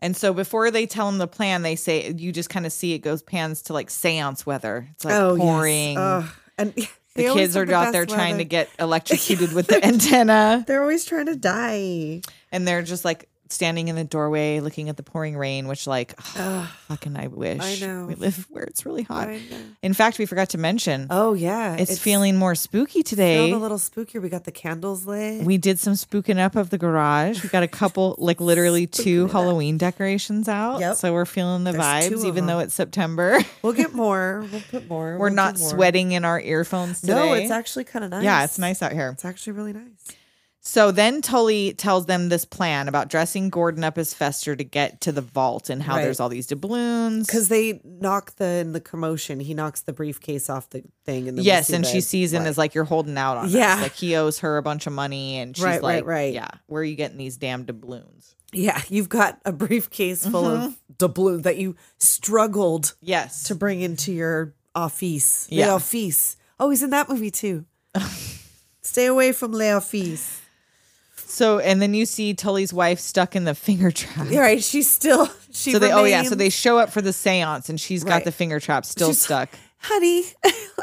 S4: and so before they tell him the plan, they say you just kind of see it goes pans to like seance weather. It's like
S5: Oh, yes.
S4: pouring.
S5: Ugh. And [LAUGHS] they
S4: The
S5: always
S4: kids
S5: have
S4: are
S5: the
S4: out
S5: best
S4: there trying to
S5: weather. [LAUGHS]
S4: get electrocuted with the antenna.
S5: They're always trying to die.
S4: and they're just like standing in the doorway looking at the pouring rain which like fucking i wish
S5: know.
S4: we live where it's really hot
S5: I know.
S4: in fact we forgot to mention
S5: Oh, yeah.
S4: it's, feeling more spooky today
S5: feeling a little spooky. We got the candles lit.
S4: we did some spooking up of the garage we got
S5: [LAUGHS]
S4: a couple like literally two halloween decorations out
S5: Yep.
S4: so we're feeling the
S5: There's two
S4: vibes
S5: of
S4: even though
S5: them.
S4: it's september [LAUGHS]
S5: We'll get more. We'll put more.
S4: we're
S5: We'll do
S4: not
S5: more.
S4: sweating in our earphones today
S5: No, it's actually kind of nice.
S4: yeah it's nice out here
S5: It's actually really nice.
S4: So then Tully tells them this plan about dressing Gordon up as Fester to get to the vault and how
S5: Right.
S4: there's all these doubloons.
S5: Because they knock the in the commotion, he knocks the briefcase off the thing, and then we
S4: yes,
S5: see
S4: and
S5: the-
S4: she sees him as like you're holding out on.
S5: Yeah.
S4: us. like he owes her a bunch of money, and she's
S5: Right, right,
S4: like,
S5: right.
S4: yeah, where are you getting these damn doubloons?
S5: yeah, you've got a briefcase full of
S4: Mm-hmm.
S5: doubloon that you struggled
S4: Yes,
S5: to bring into your office.
S4: Yeah.
S5: Le office. Oh, he's in that movie
S4: [LAUGHS]
S5: too. Stay away from le office.
S4: so and then you see Tully's wife stuck in the finger trap.
S5: All right, she's still. She
S4: So they, oh yeah, so
S5: remains-
S4: they show up for the seance, and she's got
S5: Right.
S4: the finger trap still
S5: She's- [LAUGHS]
S4: stuck.
S5: honey.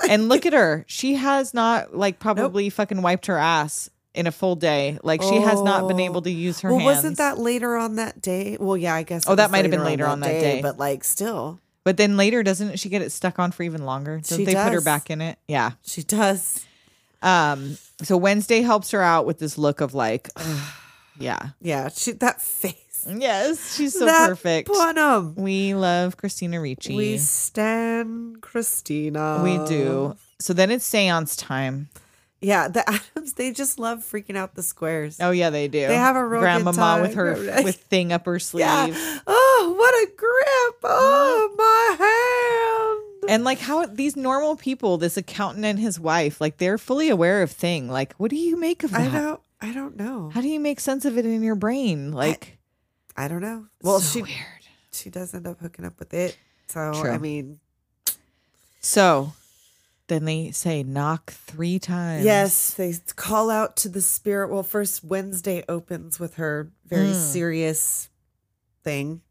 S4: and look at her. She has not like probably fucking wiped her ass in a full day. Like she has not been able to use her
S5: Oh. well,
S4: hands.
S5: wasn't that later on that day? Well, yeah, I guess.
S4: Oh,
S5: it
S4: that
S5: was
S4: might have been later on that day.
S5: but like still,
S4: But then later, doesn't she get it stuck on for even longer? Don't
S5: She
S4: they put her
S5: does.
S4: back in it? Yeah.
S5: she does.
S4: Um. So Wednesday helps her out with this look of like, [SIGHS] yeah,
S5: Yeah, she that face.
S4: yes, she's [LAUGHS] so
S5: that
S4: perfect.
S5: Bonham.
S4: We love Christina Ricci.
S5: We stand Christina.
S4: we do. So then it's seance time.
S5: Yeah, the [LAUGHS] Adams. They just love freaking out the squares.
S4: Oh yeah, they do.
S5: They have a real good
S4: grandmama
S5: time.
S4: with
S5: [LAUGHS]
S4: her
S5: Grandma-
S4: with thing up her sleeve.
S5: Yeah. Oh, what a grip! Oh, my hand.
S4: And like how these normal people, this accountant and his wife, like they're fully aware of thing. Like, what do you make of that?
S5: I don't. I don't know.
S4: How do you make sense of it in your brain? Like,
S5: I don't know. Well,
S4: so
S5: she
S4: weird.
S5: she does end up hooking up with it. So
S4: True.
S5: I mean,
S4: So then they say knock three times.
S5: yes, they call out to the spirit. Well, first Wednesday opens with her very serious thing,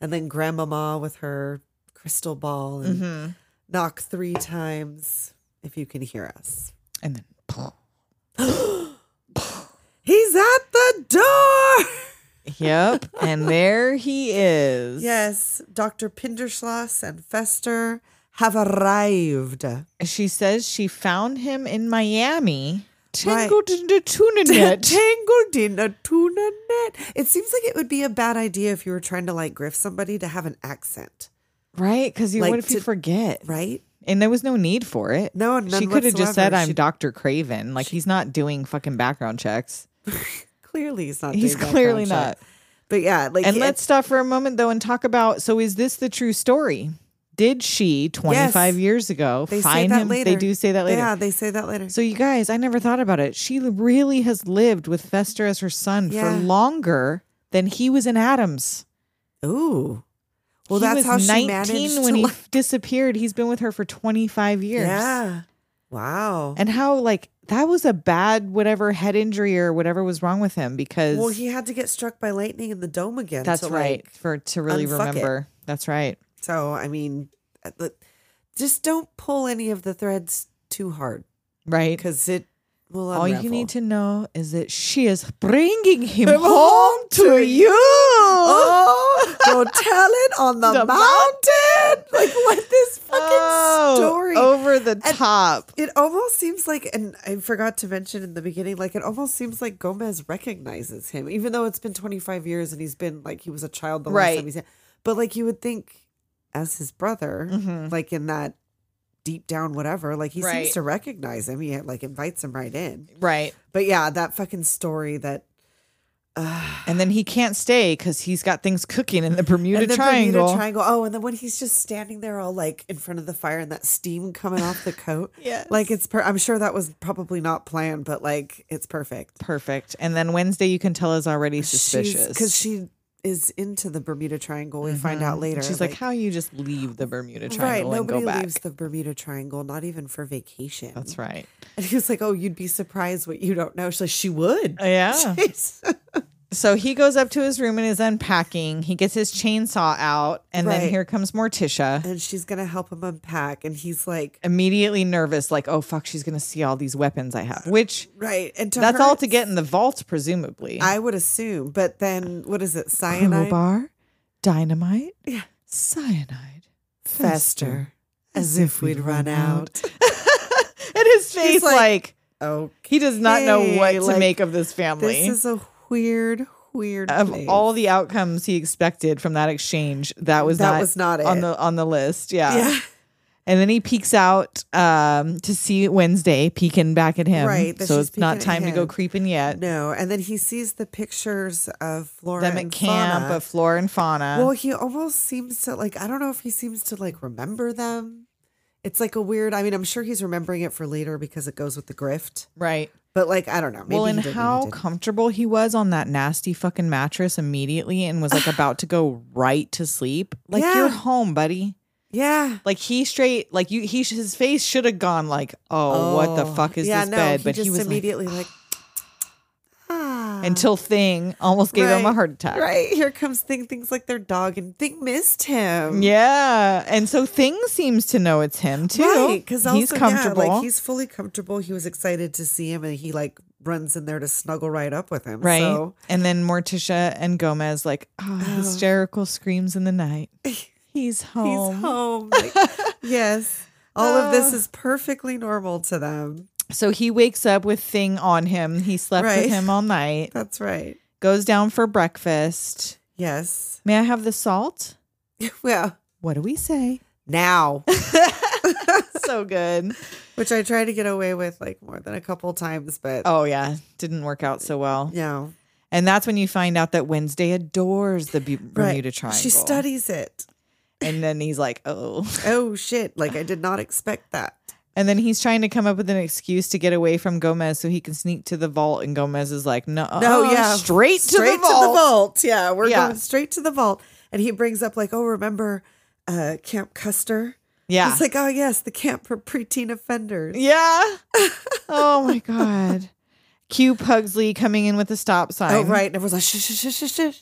S5: and then Grandmama with her crystal ball and
S4: Mm-hmm.
S5: knock three times if you can hear us.
S4: And then [LAUGHS]
S5: He's at the door.
S4: yep, and there he is.
S5: yes, Doctor Pinderschloss and Fester have arrived.
S4: She says she found him in Miami,
S5: Right.
S4: tangled in the tuna
S5: [LAUGHS]
S4: net.
S5: Tangled in a tuna net. It seems like it would be a bad idea if you were trying to like griff somebody to have an accent,
S4: right? Because
S5: Like
S4: what if you
S5: to-
S4: forget?
S5: right?
S4: And there was no need for it.
S5: No, none
S4: she could have just said,
S5: whatsoever.
S4: "I'm
S5: She-
S4: Dr. Craven." Like he's not doing fucking background checks,
S5: Clearly, he's not.
S4: He's
S5: doing
S4: clearly
S5: background check. But yeah, like
S4: and
S5: it-
S4: let's stop for a moment though and talk about. So, is this the true story? Did she 25
S5: Yes.
S4: years ago
S5: they
S4: find
S5: say that
S4: him?
S5: later.
S4: They do say that later.
S5: Yeah, they say that later.
S4: So, you guys, I never thought about it. She really has lived with Fester as her son
S5: Yeah.
S4: for longer than he was in Adams.
S5: Ooh, well,
S4: He
S5: that's
S4: was
S5: how she
S4: 19
S5: managed
S4: when
S5: to.
S4: he [LAUGHS]
S5: like-
S4: disappeared. He's been with her for 25 years.
S5: yeah. Wow.
S4: and how like that was a bad whatever head injury or whatever was wrong with him because
S5: well, he had to get struck by lightning in the dome again.
S4: that's
S5: to, like-
S4: right for to really
S5: unfuck it.
S4: remember that's right
S5: so I mean, uh, the- just don't pull any of the threads too hard
S4: right
S5: because it will.
S4: all you
S5: unravel.
S4: need to know is that she is bringing him
S5: Him
S4: home
S5: home
S4: to
S5: to
S4: you [LAUGHS]
S5: Oh, go tell it on the,
S4: The
S5: mountain. Like what this fucking
S4: Oh,
S5: story.
S4: over the
S5: And-
S4: top
S5: It almost seems like, and I forgot to mention in the beginning, like it almost seems like Gomez recognizes him, even though it's been 25 years and he's been like he was a child the last
S4: Right.
S5: time he's. But like you would think, as his brother,
S4: Mm-hmm.
S5: like in that deep down whatever, like he
S4: Right.
S5: seems to recognize him. He like invites him right in.
S4: right
S5: But yeah, that fucking story that
S4: and then he can't stay because he's got things cooking in the bermuda
S5: and the
S4: triangle
S5: Bermuda Triangle. Oh, and then when he's just standing there, all like in front of the fire, and that steam coming off the
S4: [LAUGHS]
S5: coat.
S4: Yes.
S5: like it's. Per- I'm sure that was probably not planned, but like it's perfect.
S4: perfect and then wednesday you can tell is already suspicious Mm-hmm.
S5: because she is into the Bermuda Triangle. We find out later.
S4: she's like, how you just leave the bermuda triangle
S5: right?
S4: and go
S5: Nobody
S4: back
S5: leaves the Bermuda Triangle, not even for vacation. [LAUGHS]
S4: that's right
S5: And he was like, "Oh, you'd be surprised what you don't know." She's like, "She would."
S4: Oh, yeah
S5: [LAUGHS] She's-
S4: So he goes up to his room and is unpacking. He gets his chainsaw out, and then
S5: Right.
S4: here comes Morticia.
S5: and she's gonna help him unpack, and he's like,
S4: Immediately nervous, like, oh fuck, she's gonna see all these weapons I have. Which
S5: "Right." And to
S4: that's
S5: her,
S4: all to get in the vault, presumably.
S5: I would assume, but then what is it? Cyanide.
S4: Crowbar, dynamite, cyanide,
S5: faster, as if we'd run out.
S4: [LAUGHS] and his face like,
S5: like, Oh,
S4: he does not know what to
S5: like,
S4: make of this family.
S5: this is a weird, weird.
S4: of
S5: place.
S4: all the outcomes he expected from that exchange, that was
S5: That
S4: not
S5: was not
S4: on
S5: it.
S4: the uh, on the list. Yeah.
S5: yeah,
S4: And then he peeks out um, to see Wednesday peeking back at him.
S5: Right, that
S4: So
S5: she's
S4: it's not
S5: peeking at
S4: time to go
S5: him.
S4: creeping yet.
S5: No, and then he sees the pictures of Flora
S4: Them at
S5: and
S4: camp
S5: Fauna.
S4: of flora and fauna.
S5: Well, he almost seems to like I don't know if he seems to like remember them. It's like a weird I mean, I'm sure he's remembering it for later because it goes with the grift.
S4: right.
S5: But like I don't know. Maybe
S4: well,
S5: he
S4: and
S5: didn't, he
S4: how
S5: didn't.
S4: comfortable he was on that nasty fucking mattress immediately and
S5: [SIGHS]
S4: was like about to go right to sleep. Like you're
S5: Yeah.
S4: home, buddy.
S5: Yeah.
S4: Like he straight like you he his face should have gone like, "Oh, what the fuck is
S5: yeah,
S4: this
S5: no,
S4: bed?"
S5: He
S4: but
S5: just
S4: he was like,
S5: immediately like, ah. [SIGHS]
S4: until thing almost gave him a
S5: Right,
S4: heart attack.
S5: Right. Here comes Thing thinks like their dog and Thing missed him.
S4: Yeah, and so Thing seems to know it's him too.
S5: Because
S4: he's comfortable.
S5: like he's fully comfortable. He was excited to see him and he like runs in there to snuggle right up with him.
S4: right,
S5: So
S4: and then Morticia and Gomez like oh, hysterical screams in
S5: [LAUGHS]
S4: the night. He's home. Ah.
S5: he's
S4: [LAUGHS]
S5: home. Like, yes. All of this is perfectly normal to them.
S4: So he wakes up with Thing on him. He slept with
S5: Right.
S4: him all night.
S5: That's right.
S4: Goes down for breakfast. [LAUGHS]
S5: Yes.
S4: May I have the salt?
S5: Well,
S4: What do we
S5: [LAUGHS]
S4: say?
S5: now,
S4: [LAUGHS] so good.
S5: which I tried to get away with like more than a couple times, but
S4: Oh yeah, didn't work out so well.
S5: no.
S4: And that's when you find out that Wednesday adores the Bu- Bermuda Triangle.
S5: She studies it.
S4: and then he's like, "Oh."
S5: Oh shit! Like I did not expect that.
S4: And then he's trying to come up with an excuse to get away from Gomez so he can sneak to the vault. And Gomez is like, "No,
S5: No, yeah,
S4: straight to
S5: straight
S4: the vault."
S5: Yeah, we're
S4: Yeah.
S5: going straight to the vault. And he brings up like, oh, remember uh, Camp Custer?
S4: Yeah,
S5: He's like, oh yes, the camp for preteen offenders. [LAUGHS]
S4: yeah. oh my god. Q Pugsley coming in with a stop sign.
S5: Oh right, and everyone's like, shh, shh, shh, shh, shh.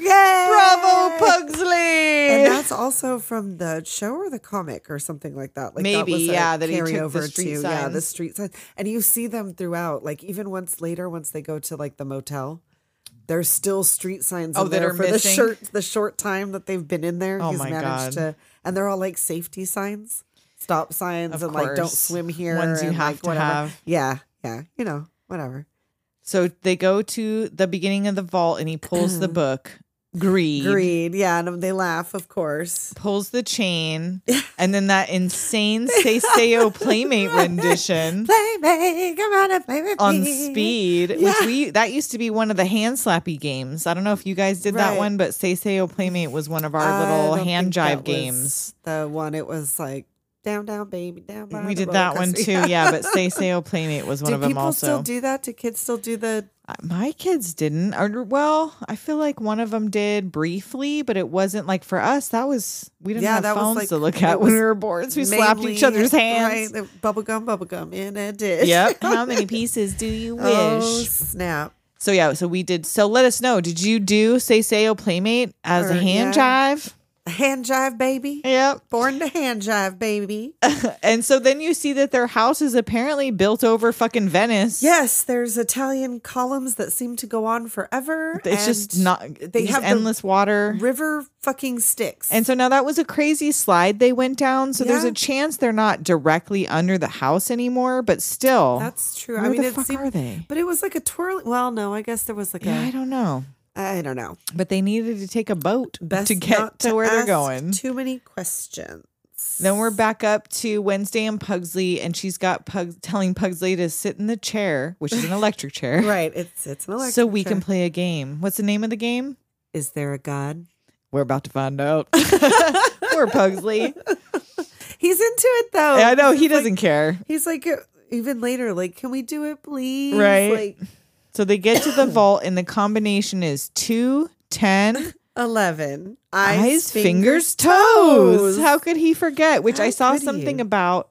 S5: Yay!
S4: Bravo, Pugsley.
S5: And that's also from the show or the comic or something like that. Like that
S4: Maybe,
S5: was a
S4: yeah, that he took the
S5: carryover
S4: street
S5: to, yeah, the
S4: signs.
S5: street signs, and you see them throughout. Like even once later, once they go to like the motel, there's still street signs.
S4: Oh,
S5: in
S4: that
S5: there
S4: are
S5: for the
S4: missing?
S5: short the short time that they've been in there.
S4: Oh,
S5: he's
S4: my
S5: managed
S4: God.
S5: to, and they're all like safety signs, stop signs,
S4: Of
S5: and like don't
S4: course.
S5: swim here.
S4: Ones you
S5: and,
S4: have
S5: like,
S4: to
S5: whatever.
S4: have.
S5: Yeah, yeah, you know, whatever.
S4: so they go to the beginning of the vault, and he
S5: [CLEARS THROAT]
S4: pulls the book. Greed.
S5: Green, yeah, and um, they laugh, of course.
S4: Pulls
S5: [LAUGHS]
S4: the chain, and then that insane Seiseo
S5: [LAUGHS]
S4: playmate rendition.
S5: Play me, come on and play with
S4: on
S5: me. [LAUGHS]
S4: speed, which
S5: Yeah.
S4: we that used to be one of the hand slappy games. I don't know if you guys did that
S5: Right.
S4: one, but Seiseo Playmate was one of our
S5: I
S4: little
S5: don't
S4: hand
S5: think that was
S4: jive games.
S5: The one it was like down, down, baby, down. by
S4: We
S5: the
S4: did that
S5: roller
S4: one
S5: coaster.
S4: too,
S5: [LAUGHS]
S4: yeah. But Seiseo Playmate was one
S5: do
S4: of them
S5: people still
S4: also.
S5: do that? Do kids still do the?
S4: Uh, My kids didn't. Or, well, I feel like one of them did briefly, but it wasn't like for us. That was we didn't
S5: Yeah,
S4: have
S5: that was,
S4: phones
S5: like,
S4: to look
S5: it
S4: at when we
S5: was
S4: were born. So we slapped each
S5: mainly- [LAUGHS]
S4: other's
S5: Right,
S4: hands.
S5: the bubble gum, bubble gum in a dish. [LAUGHS]
S4: Yep. How many pieces do you wish?
S5: oh snap!
S4: So yeah, so we did. So let us know. Did you do Seiseo Playmate as a
S5: Or-
S4: hand
S5: yeah.
S4: jive?
S5: Hand jive, baby.
S4: Yep.
S5: Born to hand jive, baby.
S4: And so then you see that their house is apparently built over fucking Venice.
S5: yes, there's Italian columns that seem to go on forever.
S4: It's just
S5: and
S4: not
S5: They
S4: just
S5: have the
S4: endless water.
S5: river fucking sticks.
S4: and so now that was a crazy slide they went down. So there's
S5: Yeah.
S4: a chance they're not directly under the house anymore, but still.
S5: that's true.
S4: Where
S5: I mean,
S4: the
S5: it
S4: fuck
S5: seemed-
S4: are they?
S5: But it was like a twirl. Well, no, I guess there was like
S4: yeah,
S5: a.
S4: I don't know.
S5: I don't know.
S4: But they needed to take a boat
S5: Best
S4: to get
S5: not
S4: to, where they're
S5: ask
S4: going.
S5: Too many
S4: [LAUGHS]
S5: questions.
S4: Then we're back up to Wednesday and Pugsley, and she's got Pug telling Pugsley to sit in the chair,
S5: [LAUGHS]
S4: which is an electric chair,
S5: Right. It's it's an electric.
S4: so we can
S5: chair.
S4: play a game. What's the name of the game?
S5: Is there a god?
S4: We're about to find out. [LAUGHS]
S5: [LAUGHS]
S4: Poor Pugsley.
S5: He's into it though.
S4: I know he
S5: He's Oh, like-
S4: doesn't care.
S5: He's like uh, even later. Like, can we do it, please?
S4: Right.
S5: Like
S4: So they get to the
S5: [COUGHS]
S4: vault, and the combination is two, ten,
S5: eleven
S4: eyes, fingers, toes. How could he forget? Which I
S5: How
S4: saw
S5: could
S4: something
S5: you?
S4: about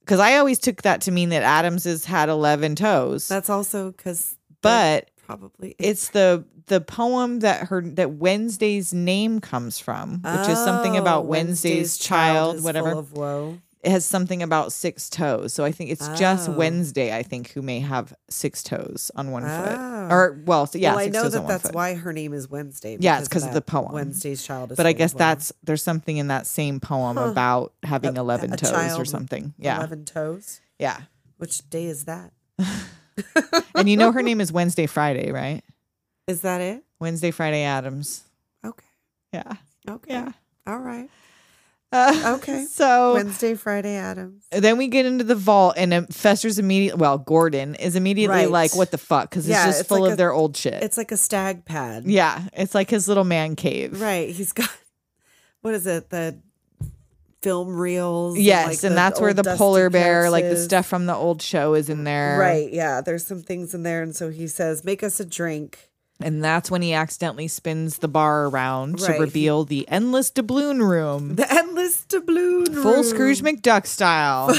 S4: because I always took that to mean that Adams has had eleven toes,
S5: That's also because.
S4: but
S5: probably
S4: it's the the poem that her that Wednesday's name comes from, which is something about
S5: Oh,
S4: Wednesday's, child,
S5: is
S4: whatever.
S5: Full of woe.
S4: it has something about six toes. So I think it's just
S5: Oh.
S4: Wednesday, I think, who may have six toes on one
S5: Oh.
S4: foot. Or, well, so, yeah,
S5: well, I
S4: six
S5: know
S4: toes
S5: that
S4: on one
S5: that's
S4: foot.
S5: why her name is Wednesday.
S4: Yeah, it's
S5: because
S4: 'cause of
S5: that
S4: the poem.
S5: Wednesday's child. Is
S4: But I
S5: full of
S4: guess
S5: woe.
S4: that's there's something in that same poem about having
S5: A-
S4: eleven
S5: a
S4: toes
S5: child
S4: or
S5: with
S4: something. Yeah,
S5: eleven toes.
S4: yeah.
S5: Which day is that?
S4: And you know
S5: [LAUGHS]
S4: her name is Wednesday Friday, right?
S5: Is that it?
S4: Wednesday Friday Adams.
S5: Okay.
S4: Yeah,
S5: Okay.
S4: yeah.
S5: All right.
S4: Uh,
S5: Okay.
S4: [LAUGHS] So
S5: Wednesday, Friday, Adams.
S4: then we get into the vault, and um, Fester's immediately, well, Gordon is immediately
S5: Right.
S4: like, what the fuck? Because
S5: Yeah,
S4: it's just
S5: it's
S4: full
S5: like
S4: of
S5: a-
S4: their old shit.
S5: It's like a stag pad.
S4: yeah. It's like his little man cave.
S5: Right. He's got [LAUGHS] what is it? The film reels.
S4: Yes.
S5: like,
S4: and that's where
S5: old
S4: the
S5: dusty
S4: polar bear, like the
S5: couches.
S4: stuff from the old show, is in there.
S5: Right. Yeah. There's some things in there. And so he says, make us a drink. [LAUGHS]
S4: And that's when he accidentally spins the bar around to
S5: Right.
S4: reveal the endless doubloon room.
S5: The endless doubloon.
S4: Full
S5: room.
S4: Scrooge
S5: [LAUGHS]
S4: McDuck style.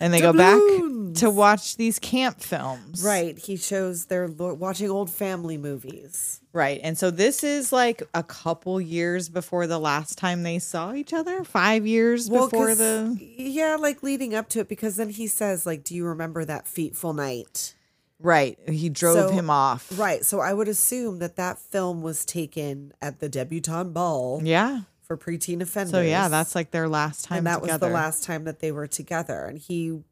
S4: and they go back
S5: Doubloons.
S4: to watch these camp films.
S5: Right. He shows they're lo- watching old family movies.
S4: Right. And so this is like a couple years before the last time they saw each other. Five years before
S5: 'cause-
S4: the
S5: yeah, like leading up to it, because then he says, like, do you remember that fateful night?
S4: Right. He drove
S5: So-
S4: him off.
S5: Right. So I would assume that that film was taken at the debutante ball
S4: Yeah.
S5: for preteen offenders.
S4: So yeah, that's like their last time
S5: and that
S4: together.
S5: was the last time that they were together. And he,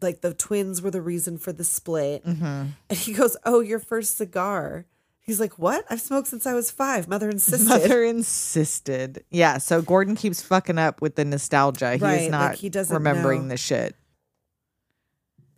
S5: like, the twins were the reason for the split.
S4: Mm. Mm-hmm.
S5: And he goes, "Oh, your first cigar." He's like, "What? I've smoked since I was five. Mother insisted." [LAUGHS]
S4: [LAUGHS] Mother insisted. Yeah, so Gordon keeps fucking up with the nostalgia. He
S5: Right,
S4: is
S5: like,
S4: not
S5: he doesn't
S4: remembering
S5: know.
S4: the shit.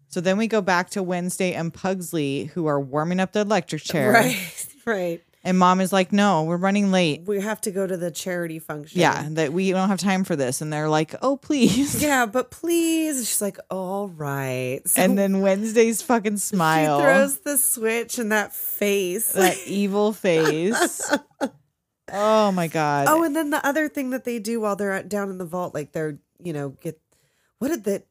S4: So then we go back to Wednesday and Pugsley, who are warming up the electric chair.
S5: Right, right.
S4: And mom is like, no, we're running late.
S5: We have to go to the charity function.
S4: Yeah, that we don't have time for this. And they're like,
S5: [LAUGHS]
S4: oh, please. [LAUGHS]
S5: yeah, but please. And she's like, "All right." So
S4: And then Wednesday's fucking
S5: she
S4: smile.
S5: throws the switch and that
S4: [LAUGHS]
S5: face.
S4: that
S5: [LAUGHS]
S4: evil face. oh my God.
S5: Oh, and then the other thing that they do while they're at, down in the vault, like they're, you know, get what did the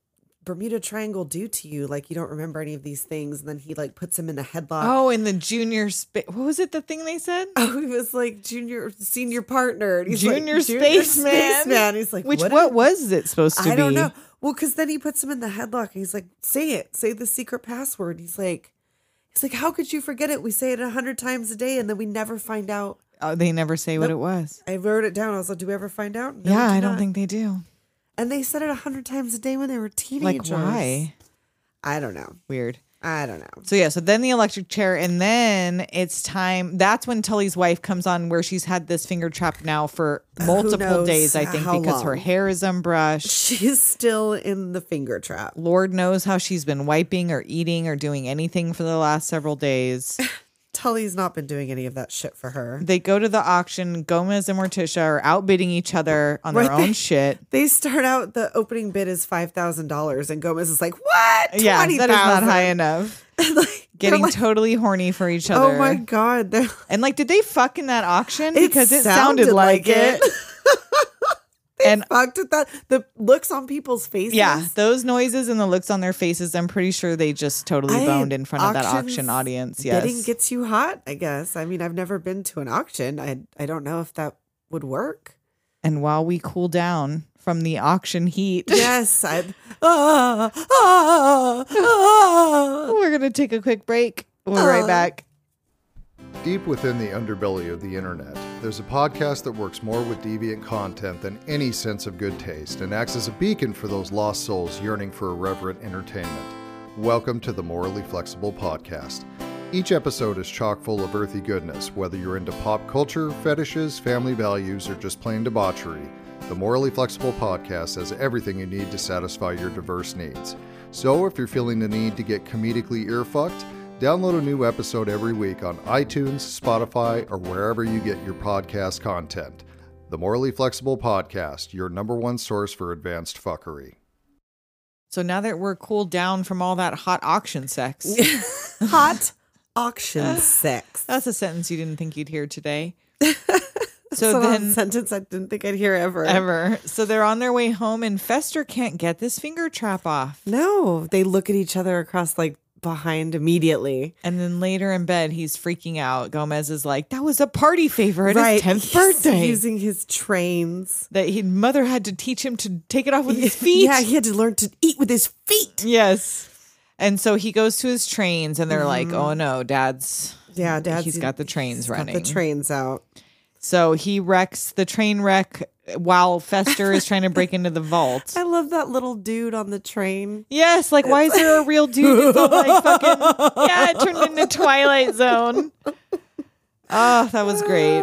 S5: Bermuda Triangle do to you? Like you don't remember any of these things. And then he like puts him in a [LAUGHS] headlock. Oh,
S4: oh, and the junior space. What was it, the thing they said?
S5: he was like junior, senior partner. And he's like,
S4: junior, spaceman.
S5: spaceman. He's like,
S4: which
S5: what?
S4: what,
S5: did-
S4: was it supposed to be?
S5: I don't know. Well, because then he puts him in the headlock and he's like, say it, say the secret password. He's like, he's like, how could you forget it? We say it a hundred times a day and then we never find out.
S4: Oh, they never say what it was.
S5: I wrote it down. I was like, do we ever find out? No, we
S4: yeah,
S5: do
S4: I don't
S5: not.
S4: think they do.
S5: And they said it a hundred times a day when they were
S4: Like
S5: teenagers.
S4: why?
S5: I don't know.
S4: Weird.
S5: I don't know.
S4: So yeah, so then the electric chair, and then it's time. That's when Tully's wife comes on, where she's had this finger trap now for multiple
S5: knows
S4: days. I think
S5: how
S4: because her
S5: long.
S4: hair is unbrushed.
S5: She's still in the finger trap.
S4: Lord knows how she's been wiping or eating or doing anything for the last
S5: [LAUGHS]
S4: several days.
S5: Tully's not been doing any of that shit for her.
S4: they go to the auction. Gomez and Morticia are outbidding each other on their
S5: Right, they-
S4: own shit.
S5: They start out the opening bid is five thousand dollars, and Gomez is like, "What?
S4: Yeah, that is not
S5: 20,000?"
S4: high enough.
S5: [LAUGHS] like, they're
S4: Getting
S5: like,
S4: totally horny for each other.
S5: oh my god, they're [LAUGHS]
S4: And like, did they fuck in that auction? because it sounded, like, it. [LAUGHS] and
S5: fucked at that. The looks on people's faces.
S4: yeah, those noises and the looks on their faces, I'm pretty sure they just totally
S5: I-
S4: boned in front of that
S5: auctions,
S4: auction audience.
S5: Bidding
S4: Yes.
S5: gets you hot, I guess. I mean, I've never been to an auction. I I don't know if that would
S4: [LAUGHS]
S5: work.
S4: and while we cool down from the auction heat,
S5: Yes, I. Ah, ah, ah.
S4: [LAUGHS] we're going to take a quick break. We'll be
S5: Uh.
S4: right back.
S6: Deep within the underbelly of the internet, there's a podcast that works more with deviant content than any sense of good taste and acts as a beacon for those lost souls yearning for irreverent entertainment. Welcome to the Morally Flexible Podcast. Each episode is chock full of earthy goodness, whether you're into pop culture, fetishes, family values, or just plain debauchery. The Morally Flexible Podcast has everything you need to satisfy your diverse needs. So if you're feeling the need to get comedically earfucked, download a new episode every week on iTunes, Spotify, or wherever you get your podcast content. The Morally Flexible Podcast, your number one source for advanced fuckery.
S4: So now that we're cooled down from all that hot auction sex,
S5: hot ah. [LAUGHS] auction sex.
S4: that's a sentence you didn't think you'd
S5: [LAUGHS]
S4: hear today.
S5: That's
S4: So
S5: a
S4: then,
S5: sentence I didn't think I'd hear ever.
S4: ever. So they're on their way home, and Fester can't get this finger trap off.
S5: No, they look at each other across like behind immediately.
S4: And then later in bed, he's freaking out. Gomez is like, "That was a party favor at his tenth
S5: he's
S4: birthday
S5: using his trains.
S4: that he mother had to teach him to take it
S5: [LAUGHS]
S4: off with his feet."
S5: Yeah, he had to learn to eat with his [LAUGHS] feet.
S4: yes. And so he goes to his trains, and they're
S5: Mm-hmm.
S4: like, "Oh no, Dad's."
S5: Yeah, Dad.
S4: He's got the trains running.
S5: the trains out.
S4: So he wrecks the train wreck while Fester is trying to break into the vault.
S5: [LAUGHS] I love that little dude on the train.
S4: Yes, like why is there a real dude? It's
S5: [LAUGHS]
S4: all like fucking
S5: [LAUGHS]
S4: yeah, it turned into Twilight Zone. Oh, that was Ah, great.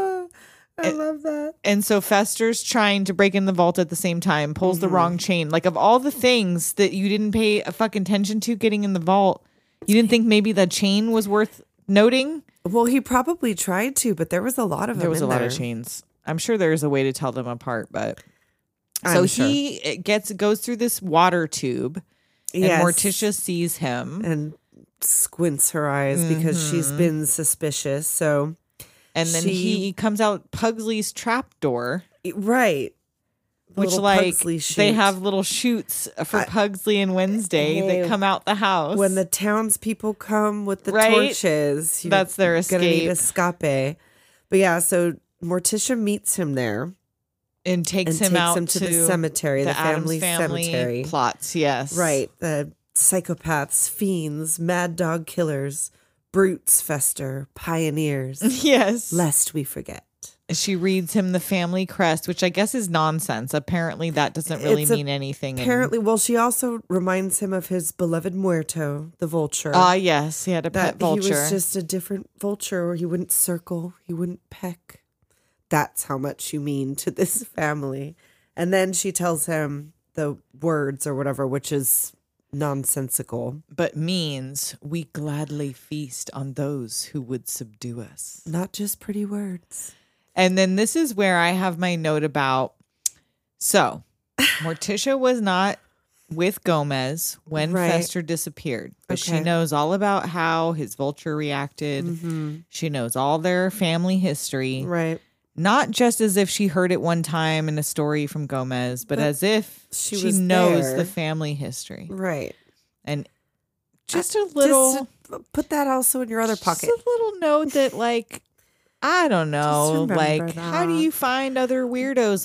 S5: I love that.
S4: And so Fester's trying to break in the vault at the same time, pulls the wrong
S5: Mm-hmm.
S4: chain. Like of all the things that you didn't pay a fucking attention to getting in the vault, you didn't think maybe the chain was worth noting.
S5: Well, he probably tried to, but there was a lot of
S4: There
S5: them
S4: was
S5: in
S4: a lot
S5: there.
S4: of chains. I'm sure there's a way to tell them apart, but so
S5: I'm sure.
S4: he uh, gets goes through this water tube,
S5: Yes.
S4: and Morticia sees him, and,
S5: and squints her eyes because she's
S4: Mm-hmm.
S5: been suspicious. So
S4: then
S5: she-
S4: he comes out Pugsley's trap door.
S5: e, right, The
S4: which
S5: little
S4: like
S5: Pugsley
S4: they
S5: shoot.
S4: have little shoots for Pugsley and Wednesday that
S5: Ew.
S4: come out the house.
S5: when the townspeople come with the
S4: Right?
S5: torches. you're
S4: That's their
S5: Gonna need
S4: escape.
S5: escape. But yeah, so Morticia meets him there
S4: and takes
S5: and
S4: him
S5: takes
S4: out
S5: him to the cemetery, the,
S4: Addams
S5: family, cemetery.
S4: plots. Yes,
S5: Right, the psychopaths, fiends, mad dog killers, brutes fester,
S4: [LAUGHS]
S5: pioneers.
S4: [LAUGHS] Yes,
S5: lest we forget.
S4: she reads him the family crest, which I guess is nonsense. Apparently, that doesn't really
S5: It's a-
S4: mean anything. in-
S5: Apparently, well, she also reminds him of his beloved Muerto, the vulture.
S4: ah, yes, he had a pet
S5: that
S4: vulture.
S5: he was just a different vulture, or he wouldn't circle, he wouldn't peck. That's how much you mean to this [LAUGHS] family. And then she tells him the words or whatever, which is nonsensical.
S4: but means we gladly feast on those who would subdue us.
S5: Not just pretty words.
S4: And then this is where I have my note about.
S5: [LAUGHS]
S4: So, Morticia was not with Gomez when
S5: Right.
S4: Fester disappeared, but she
S5: Okay. Mm.
S4: knows all about how his vulture reacted. She knows all their family history,
S5: Right.
S4: not just as if she heard it one time in a story from Gomez, but, as if she,
S5: she was
S4: knows
S5: there. Mm.
S4: the family history.
S5: Right.
S4: And just a little
S5: Just uh, put that also in your other pocket.
S4: just a little note that, like, I don't know,
S5: remember
S4: like, how do
S5: that.
S4: you find other weirdos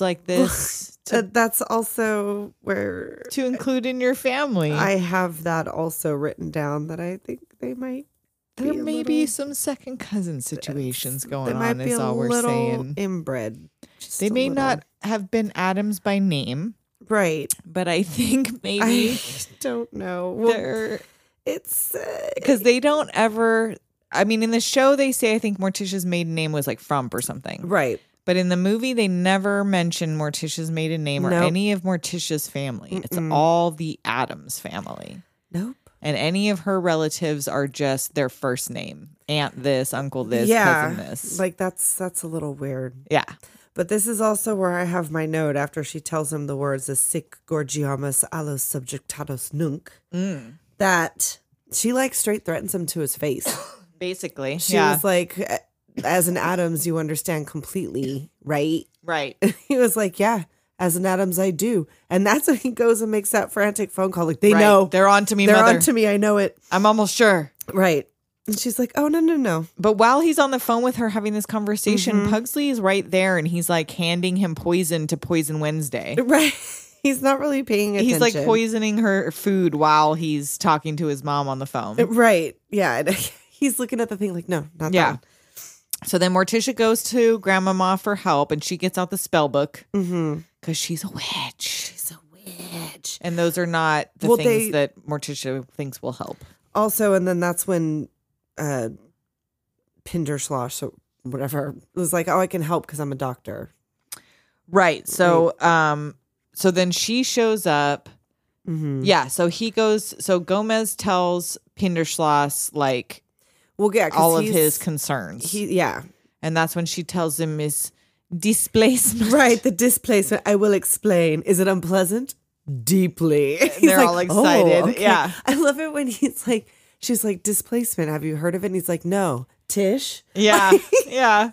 S5: [LAUGHS]
S4: like this
S5: Uh,
S4: to,
S5: that's also where
S4: to include in your family?
S5: I have that also written down that I think they might.
S4: there
S5: be a
S4: may be
S5: little-
S4: some second cousin situations
S5: They
S4: going
S5: might
S4: on.
S5: be
S4: Is
S5: a
S4: all we're
S5: little
S4: saying.
S5: inbred. Just
S4: They
S5: a
S4: may
S5: little.
S4: not have been Adams by name,
S5: Right.
S4: but I [LAUGHS] think
S5: [LAUGHS]
S4: maybe [LAUGHS]
S5: I don't know. Well,
S4: they're
S5: it's uh,
S4: because they don't ever. I mean, in the show, they say I think Morticia's maiden name was like Frump or something.
S5: right.
S4: But in the movie, they never mention Morticia's maiden name or
S5: Nope.
S4: any of Morticia's family. It's all the Adams family.
S5: Nope.
S4: And any of her relatives are just their first name aunt this, uncle this,
S5: yeah.
S4: cousin this.
S5: Like that's that's a little weird.
S4: yeah.
S5: But this is also where I have my note after she tells him the words "the sic gorgiamus allos subjectados nunc."
S4: Mm.
S5: That she like straight threatens him to his
S4: [LAUGHS]
S5: face.
S4: Basically.
S5: She
S4: yeah.
S5: was like, uh, "As an Adams, you understand completely, right?"
S4: right.
S5: he was like, "Yeah, as an Adams, I do," and that's when he goes and makes that frantic phone call. Like [LAUGHS] they
S4: Right.
S5: know
S4: They're on to me,
S5: they're
S4: mother.
S5: on to me. I know it.
S4: I'm almost sure.
S5: Right. And she's like, "Oh no, no, no." [LAUGHS]
S4: But while he's on the phone with her having this conversation,
S5: Mm-hmm.
S4: Pugsley is right there and he's like handing him poison to poison Wednesday.
S5: Right. He's not really paying attention.
S4: He's like poisoning her food while he's talking to his mom on the phone.
S5: Right. Yeah. And [LAUGHS] He's looking at the thing like, "No, not
S4: Yeah.
S5: that."
S4: So then Morticia goes to Grandmama for help and she gets out the spell book because
S5: Mm-hmm.
S4: she's a witch. She's a witch. And those are not the
S5: Well,
S4: things
S5: they-
S4: that Morticia thinks will help.
S5: Also, and then that's when uh Pinderschloss or whatever was like, "Oh, I can help because I'm a doctor."
S4: Right. So um so then she shows up. Yeah. So he goes so Gomez tells Pinderschloss like
S5: Well, yeah, 'cause
S4: all of
S5: he's-
S4: his concerns.
S5: He, yeah.
S4: and that's when she tells him his displacement.
S5: Right, the displacement. I will explain. Is it unpleasant? Deeply. [LAUGHS] He's "Oh,
S4: They're all excited. Yeah.
S5: I love it when he's like, she's like, displacement. Have you heard of it? And he's like, no. Tish.
S4: [LAUGHS] [LAUGHS] Yeah. yeah.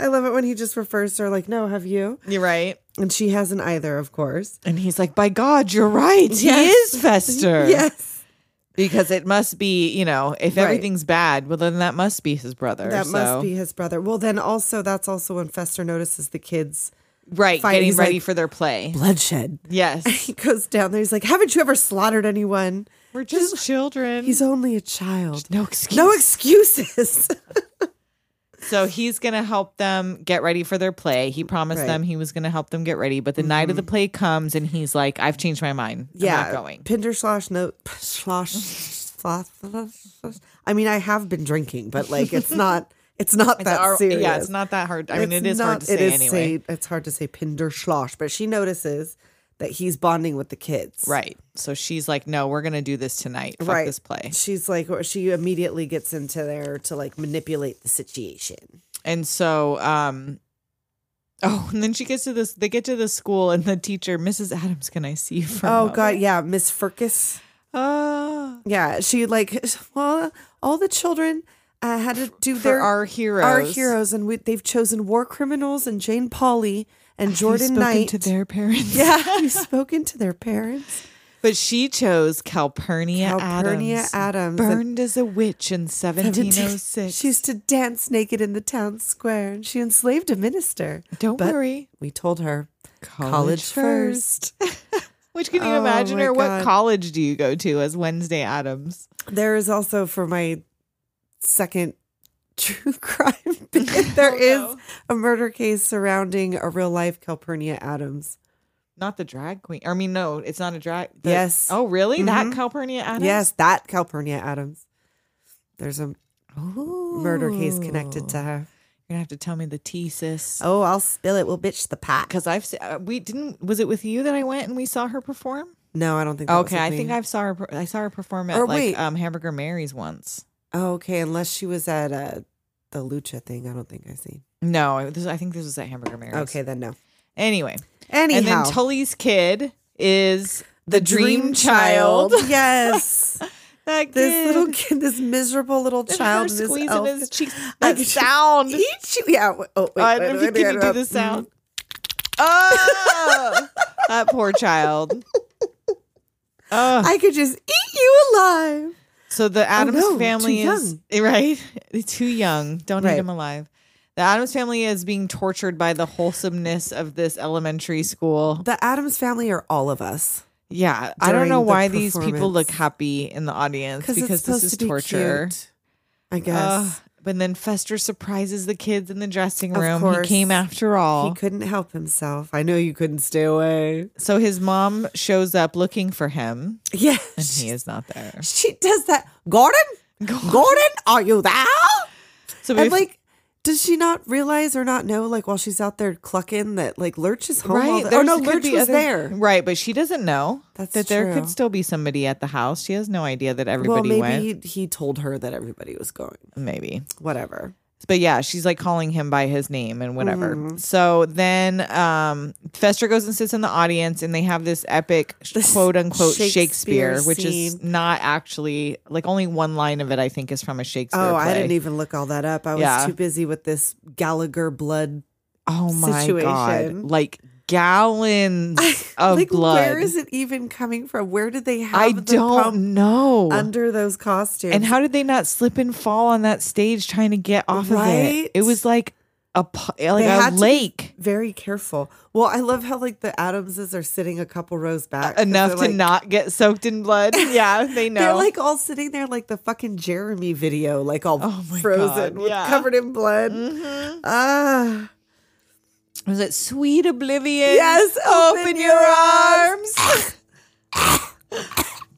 S5: I love it when he just refers to her like, no, have you?
S4: You're right.
S5: And she hasn't either, of course.
S4: And he's like, by God, you're right. He
S5: Yes.
S4: is [LAUGHS] Fester.
S5: Yes.
S4: Because it must be, you know, if
S5: Right.
S4: everything's bad, well, then that must be his brother.
S5: That
S4: so-
S5: must be his brother. Well, then also, that's also when Fester notices the kids.
S4: Right.
S5: Fine,
S4: Getting
S5: he's
S4: ready
S5: like-
S4: for their play.
S5: Bloodshed.
S4: Yes.
S5: [LAUGHS] He goes down there. He's like, haven't you ever slaughtered anyone?
S4: We're just children.
S5: He's only a child.
S4: no excuse.
S5: No excuses. [LAUGHS]
S4: so he's going to help them get ready for their play. He promised
S5: Right. Mm-hmm.
S4: them he was going to help them get ready. But the night of the play comes and he's like, I've changed my mind.
S5: yeah,
S4: I'm not going.
S5: Pinder slosh no
S4: [LAUGHS]
S5: slosh slosh. I mean, I have been drinking, but like it's not It's not
S4: It's
S5: that
S4: our-
S5: serious.
S4: Yeah, it's not that hard. I mean,
S5: It's
S4: it is hard
S5: not-
S4: to say
S5: it is
S4: anyway.
S5: say- it's hard to say Pinderschloss, but she notices that he's bonding with the kids.
S4: Right. So she's like, no, we're going to do this tonight. Fuck
S5: right.
S4: this play.
S5: She's like, or she immediately gets into there to like manipulate the situation.
S4: And so, um, oh, [LAUGHS] and then she gets to this, they get to the school and the teacher, Mrs. Adams, can I see you for a
S5: Oh
S4: moment?"
S5: God, yeah, Miss Furcus.
S4: Ah,
S5: Yeah, she like, well, all the children uh, had to do
S4: for
S5: their
S4: our heroes.
S5: our heroes, and we, they've chosen war criminals and Jane Pauley and
S4: We've
S5: Jordan
S4: spoken
S5: Knight.
S4: to their
S5: [LAUGHS]
S4: parents.
S5: yeah, you've spoken to their parents.
S4: [LAUGHS] But she chose Calpurnia,
S5: Calpurnia
S4: Adams.
S5: Oh, Adams. oh
S4: Burned as a witch in 1706.
S5: She used to dance naked in the town square, and she enslaved a minister.
S4: Don't
S5: But
S4: worry.
S5: We told her college, first.
S4: Which can you
S5: Oh,
S4: imagine?
S5: my
S4: Or what
S5: God.
S4: college do you go to as Wednesday Adams?
S5: There is also for my second true [LAUGHS]
S4: [LAUGHS] Oh,
S5: crime bit, there is a murder case surrounding a real life Calpurnia Adams.
S4: Not the drag queen. I mean, no, it's not a drag. the-
S5: Yes.
S4: Oh, really? That
S5: Mhm.
S4: Calpurnia Adams?
S5: Yes, that Calpurnia Adams. There's a murder case connected to her.
S4: You're gonna have to tell me the tea, sis.
S5: Oh, I'll spill it. We'll bitch the pot.
S4: Because I've se- uh, we didn't was it with you that I went and we saw her perform?
S5: No, I don't think. That was
S4: Okay,
S5: with
S4: I think
S5: me.
S4: I saw her. per- I saw her perform at
S5: Or
S4: like
S5: wait.
S4: um, Hamburger Mary's once.
S5: Oh, okay, unless she was at uh, the lucha thing. I don't think I seen.
S4: No, I- this, I think this was at Hamburger Mary's.
S5: Okay, then no.
S4: Anyway,
S5: Anyhow,
S4: and then Tully's kid is the, dream, child.
S5: yes,
S4: [LAUGHS] That
S5: this little
S4: kid.
S5: kid, this miserable little
S4: And
S5: child, and
S4: [LAUGHS] her
S5: this
S4: squeezing
S5: elf.
S4: his cheeks.
S5: I
S4: That
S5: could- [LAUGHS]
S4: sound.
S5: Eat you. Yeah. w- Oh, wait,
S4: I
S5: wait,
S4: don't know
S5: wait,
S4: if you
S5: wait,
S4: can do
S5: wait.
S4: the sound.
S5: [LAUGHS]
S4: Oh, that poor child. Oh,
S5: Mm-hmm. I could just eat you alive.
S4: so the Adams
S5: Oh, no,
S4: family
S5: too
S4: is eh, right. [LAUGHS] Too young. Don't eat
S5: Right.
S4: him alive. The Adams family is being tortured by the wholesomeness of this elementary school.
S5: The Adams family are all of us
S4: Yeah, I don't
S5: During
S4: know
S5: the
S4: why these people
S5: performance.
S4: look happy in the audience
S5: because
S4: because
S5: it's
S4: this
S5: supposed
S4: is
S5: to be
S4: torture.
S5: cute. I guess
S4: Ugh. But then Fester surprises the kids in the dressing
S5: Of
S4: room. He
S5: course.
S4: came after all.
S5: he couldn't help himself. I know you couldn't stay away.
S4: So his mom shows up looking for him,
S5: Yeah.
S4: and he is not there.
S5: She does that. Gordon? Gordon, are you there?
S4: So
S5: And
S4: if-
S5: like, does she not realize or not know, like, while she's out there clucking, that like Lurch is home? all
S4: right?
S5: the-
S4: there
S5: or no,
S4: could
S5: Lurch
S4: be
S5: was
S4: other-
S5: there.
S4: right? But she doesn't know
S5: That's
S4: that there could
S5: true.
S4: still be somebody at the house. She has no idea that
S5: Well,
S4: everybody
S5: maybe
S4: went.
S5: he, he told her that everybody was going.
S4: Maybe,
S5: Whatever.
S4: but yeah, she's like calling him by his name and whatever.
S5: Mm-hmm.
S4: So then, um, Fester goes and sits in the audience, and they have this epic
S5: This
S4: quote unquote Shakespeare,
S5: Shakespeare
S4: which is
S5: scene.
S4: not actually like only one line of it. I think is from a Shakespeare.
S5: Oh,
S4: play.
S5: I didn't even look all that up. I was
S4: Yeah.
S5: too busy with this Gallagher blood.
S4: Oh my god!
S5: situation.
S4: Like
S5: [LAUGHS]
S4: gallons [LAUGHS] of
S5: like,
S4: blood.
S5: where is it even coming from? Where did they have
S4: I
S5: the
S4: don't
S5: pump
S4: know.
S5: under those costumes?
S4: and how did they not slip and fall on that stage trying to get off of
S5: Right?
S4: it? It was like a pu- like
S5: They
S4: a
S5: had to be
S4: lake
S5: very careful. Well, I love how like the Adamses are sitting a couple rows back 'cause
S4: enough
S5: they're
S4: to
S5: like-
S4: not get soaked
S5: [LAUGHS]
S4: in blood. Yeah, they know.
S5: They're like all sitting there like the fucking Jeremy video, like all
S4: Oh my God,
S5: frozen, with,
S4: yeah. Mm-hmm.
S5: covered in blood. Ah,
S4: was it sweet oblivion?
S5: yes,
S4: open, your arms.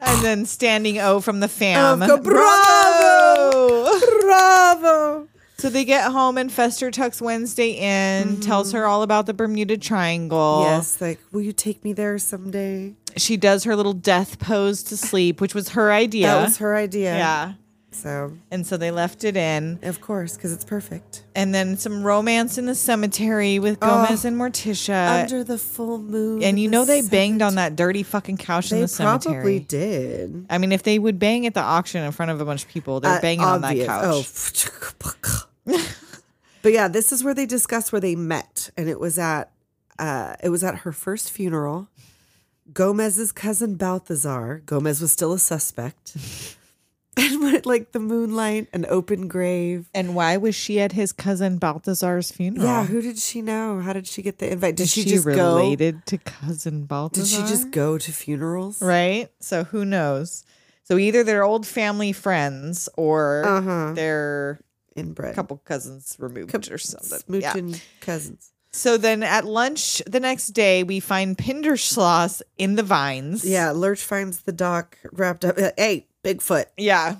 S4: and then standing O from the fam.
S5: Go, bravo! Bravo!
S4: So they get home and Fester tucks Wednesday in, tells her all about the Bermuda Triangle.
S5: Mm-hmm. Yes, like, will you take me there someday?
S4: She does her little death pose to sleep, which was her idea.
S5: That was her idea.
S4: Yeah.
S5: So,
S4: And so they left it in.
S5: of course, because it's perfect.
S4: And then some romance in the cemetery with Gomez and Morticia.
S5: Under the full moon.
S4: and you
S5: the
S4: know they
S5: sun-
S4: banged on that dirty fucking couch in
S5: They
S4: the cemetery.
S5: probably did.
S4: I mean, if they would bang at the auction in front of a bunch of people, they're
S5: Uh,
S4: banging
S5: obvious.
S4: on that couch.
S5: Oh. [LAUGHS] but yeah, this is where they discuss where they met, and it was at uh, it was at her first funeral. Gomez's cousin Balthazar. Gomez was still a suspect. [LAUGHS] And when, like the moonlight, an open grave.
S4: And why was she at his cousin Balthazar's funeral?
S5: Yeah, who did she know? How did she get the invite? Did
S4: Is
S5: she,
S4: she,
S5: just go?
S4: related to cousin
S5: Did
S4: Balthazar?
S5: she just go to funerals?
S4: right? So who knows? So either they're old family friends or
S5: Uh-huh.
S4: they're a
S5: Inbred.
S4: couple cousins removed
S5: Cou-
S4: or something. Yeah.
S5: Smooching cousins.
S4: So then at lunch the next day, we find Pinderschloss in the vines.
S5: Yeah, Lurch finds the doc wrapped up. Hey, Bigfoot.
S4: Yeah.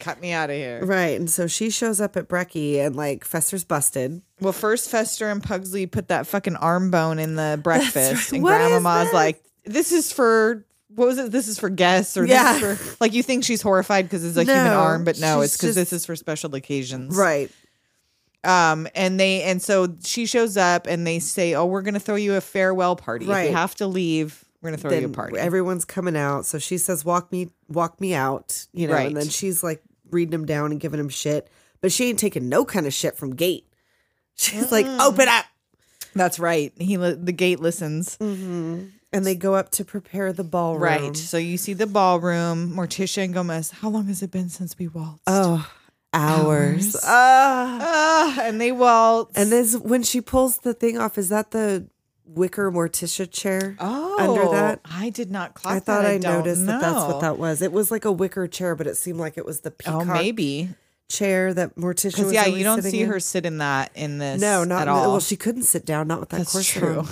S4: Cut me out of here.
S5: Right. And so she shows up at Brecky and like Fester's busted.
S4: Well, first Fester and Pugsley put that fucking arm bone in the breakfast,
S5: right.
S4: and
S5: What is
S4: Grandmama's
S5: this?
S4: like, "This is for what was it? This is for guests, or
S5: Yeah.
S4: this is for like you think she's horrified because it's a human
S5: No,
S4: arm, but no,
S5: she's
S4: it's because
S5: just-
S4: this is for special occasions,
S5: Right.
S4: Um, and they and so she shows up, and they say, "Oh, we're gonna throw you a farewell party. If
S5: Right.
S4: you have to leave, we're gonna throw you a
S5: Then
S4: party."
S5: everyone's coming out. So she says, Walk me walk me out, you know,
S4: Right.
S5: and then she's like reading him down and giving him shit. But she ain't taking no kind of shit from Gate. [LAUGHS] She's like, open up.
S4: That's right. He li- the gate listens.
S5: And they go up to prepare the ballroom.
S4: Mm-hmm. Right. So you see the ballroom, Morticia and Gomez. How long has it been since we waltzed?
S5: Oh, hours.
S4: Hours.
S5: Ah.
S4: Ah, and they waltz.
S5: And then when she pulls the thing off, is that the wicker Morticia chair?
S4: oh,
S5: under that?
S4: I did not clock.
S5: I thought
S4: that.
S5: I,
S4: don't
S5: noticed that that's
S4: know.
S5: what that was. It was like a wicker chair, but it seemed like it was the
S4: Oh,
S5: peacock
S4: maybe
S5: chair that Morticia
S4: because
S5: was
S4: yeah,
S5: always
S4: you don't
S5: sitting
S4: see
S5: in.
S4: her sit in that in this.
S5: No, not
S4: at
S5: in the-
S4: all.
S5: Well, she couldn't sit down, not with that
S4: That's
S5: corset
S4: true.
S5: on.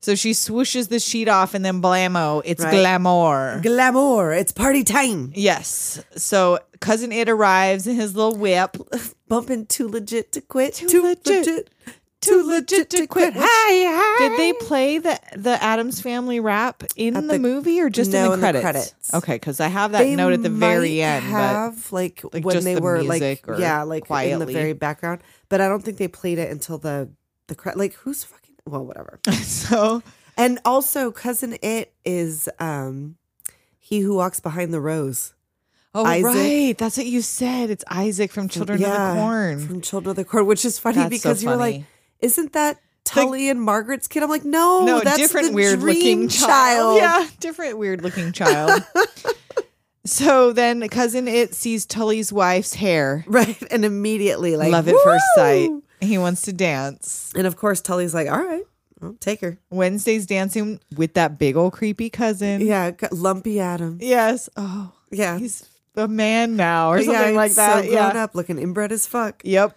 S4: So she swooshes the sheet off, and then blammo, it's
S5: Right.
S4: glamour.
S5: Glamour, it's party time.
S4: yes. So cousin Ed arrives in his little whip.
S5: Bumping too legit to quit. Too,
S4: legit.
S5: Too legit to [LAUGHS] quit. Hi, hi.
S4: Did they play the the Adams Family rap in
S5: At
S4: the,
S5: the-
S4: movie or just
S5: No,
S4: in, the
S5: in the
S4: credits?
S5: credits.
S4: Okay, because I have that
S5: They
S4: note at the very
S5: might
S4: end.
S5: Have like,
S4: like,
S5: when
S4: just
S5: they
S4: the
S5: were
S4: music
S5: like
S4: or
S5: yeah, like in
S4: quietly.
S5: the very background. But I don't think they played it until the the cre- like who's fucking well
S4: [LAUGHS]
S5: whatever.
S4: but [LAUGHS] so
S5: and also, cousin it is um he who walks behind the rose.
S4: oh
S5: Isaac.
S4: right, that's what you said. It's Isaac from Children of the Corn.
S5: from Children of the Corn, which is funny
S4: That's so
S5: because you're like,
S4: funny.
S5: isn't that Tully and Margaret's kid? I'm like, no,
S4: no,
S5: "Oh, that's
S4: different
S5: the
S4: weird
S5: dream
S4: looking child. [LAUGHS] Yeah, different weird looking child. so then cousin it sees Tully's wife's hair.
S5: [LAUGHS] right. And immediately like
S4: Love at first sight.
S5: "Woo!"
S4: He wants to dance.
S5: And of course, Tully's like, all right, I'll take her.
S4: Wednesday's dancing with that big old creepy cousin.
S5: Yeah, got lumpy Adam.
S4: Yes. Oh,
S5: Yeah.
S4: he's a man now or something
S5: yeah,
S4: like
S5: he's
S4: that.
S5: So
S4: yeah.
S5: grown up, looking inbred as fuck.
S4: Yep.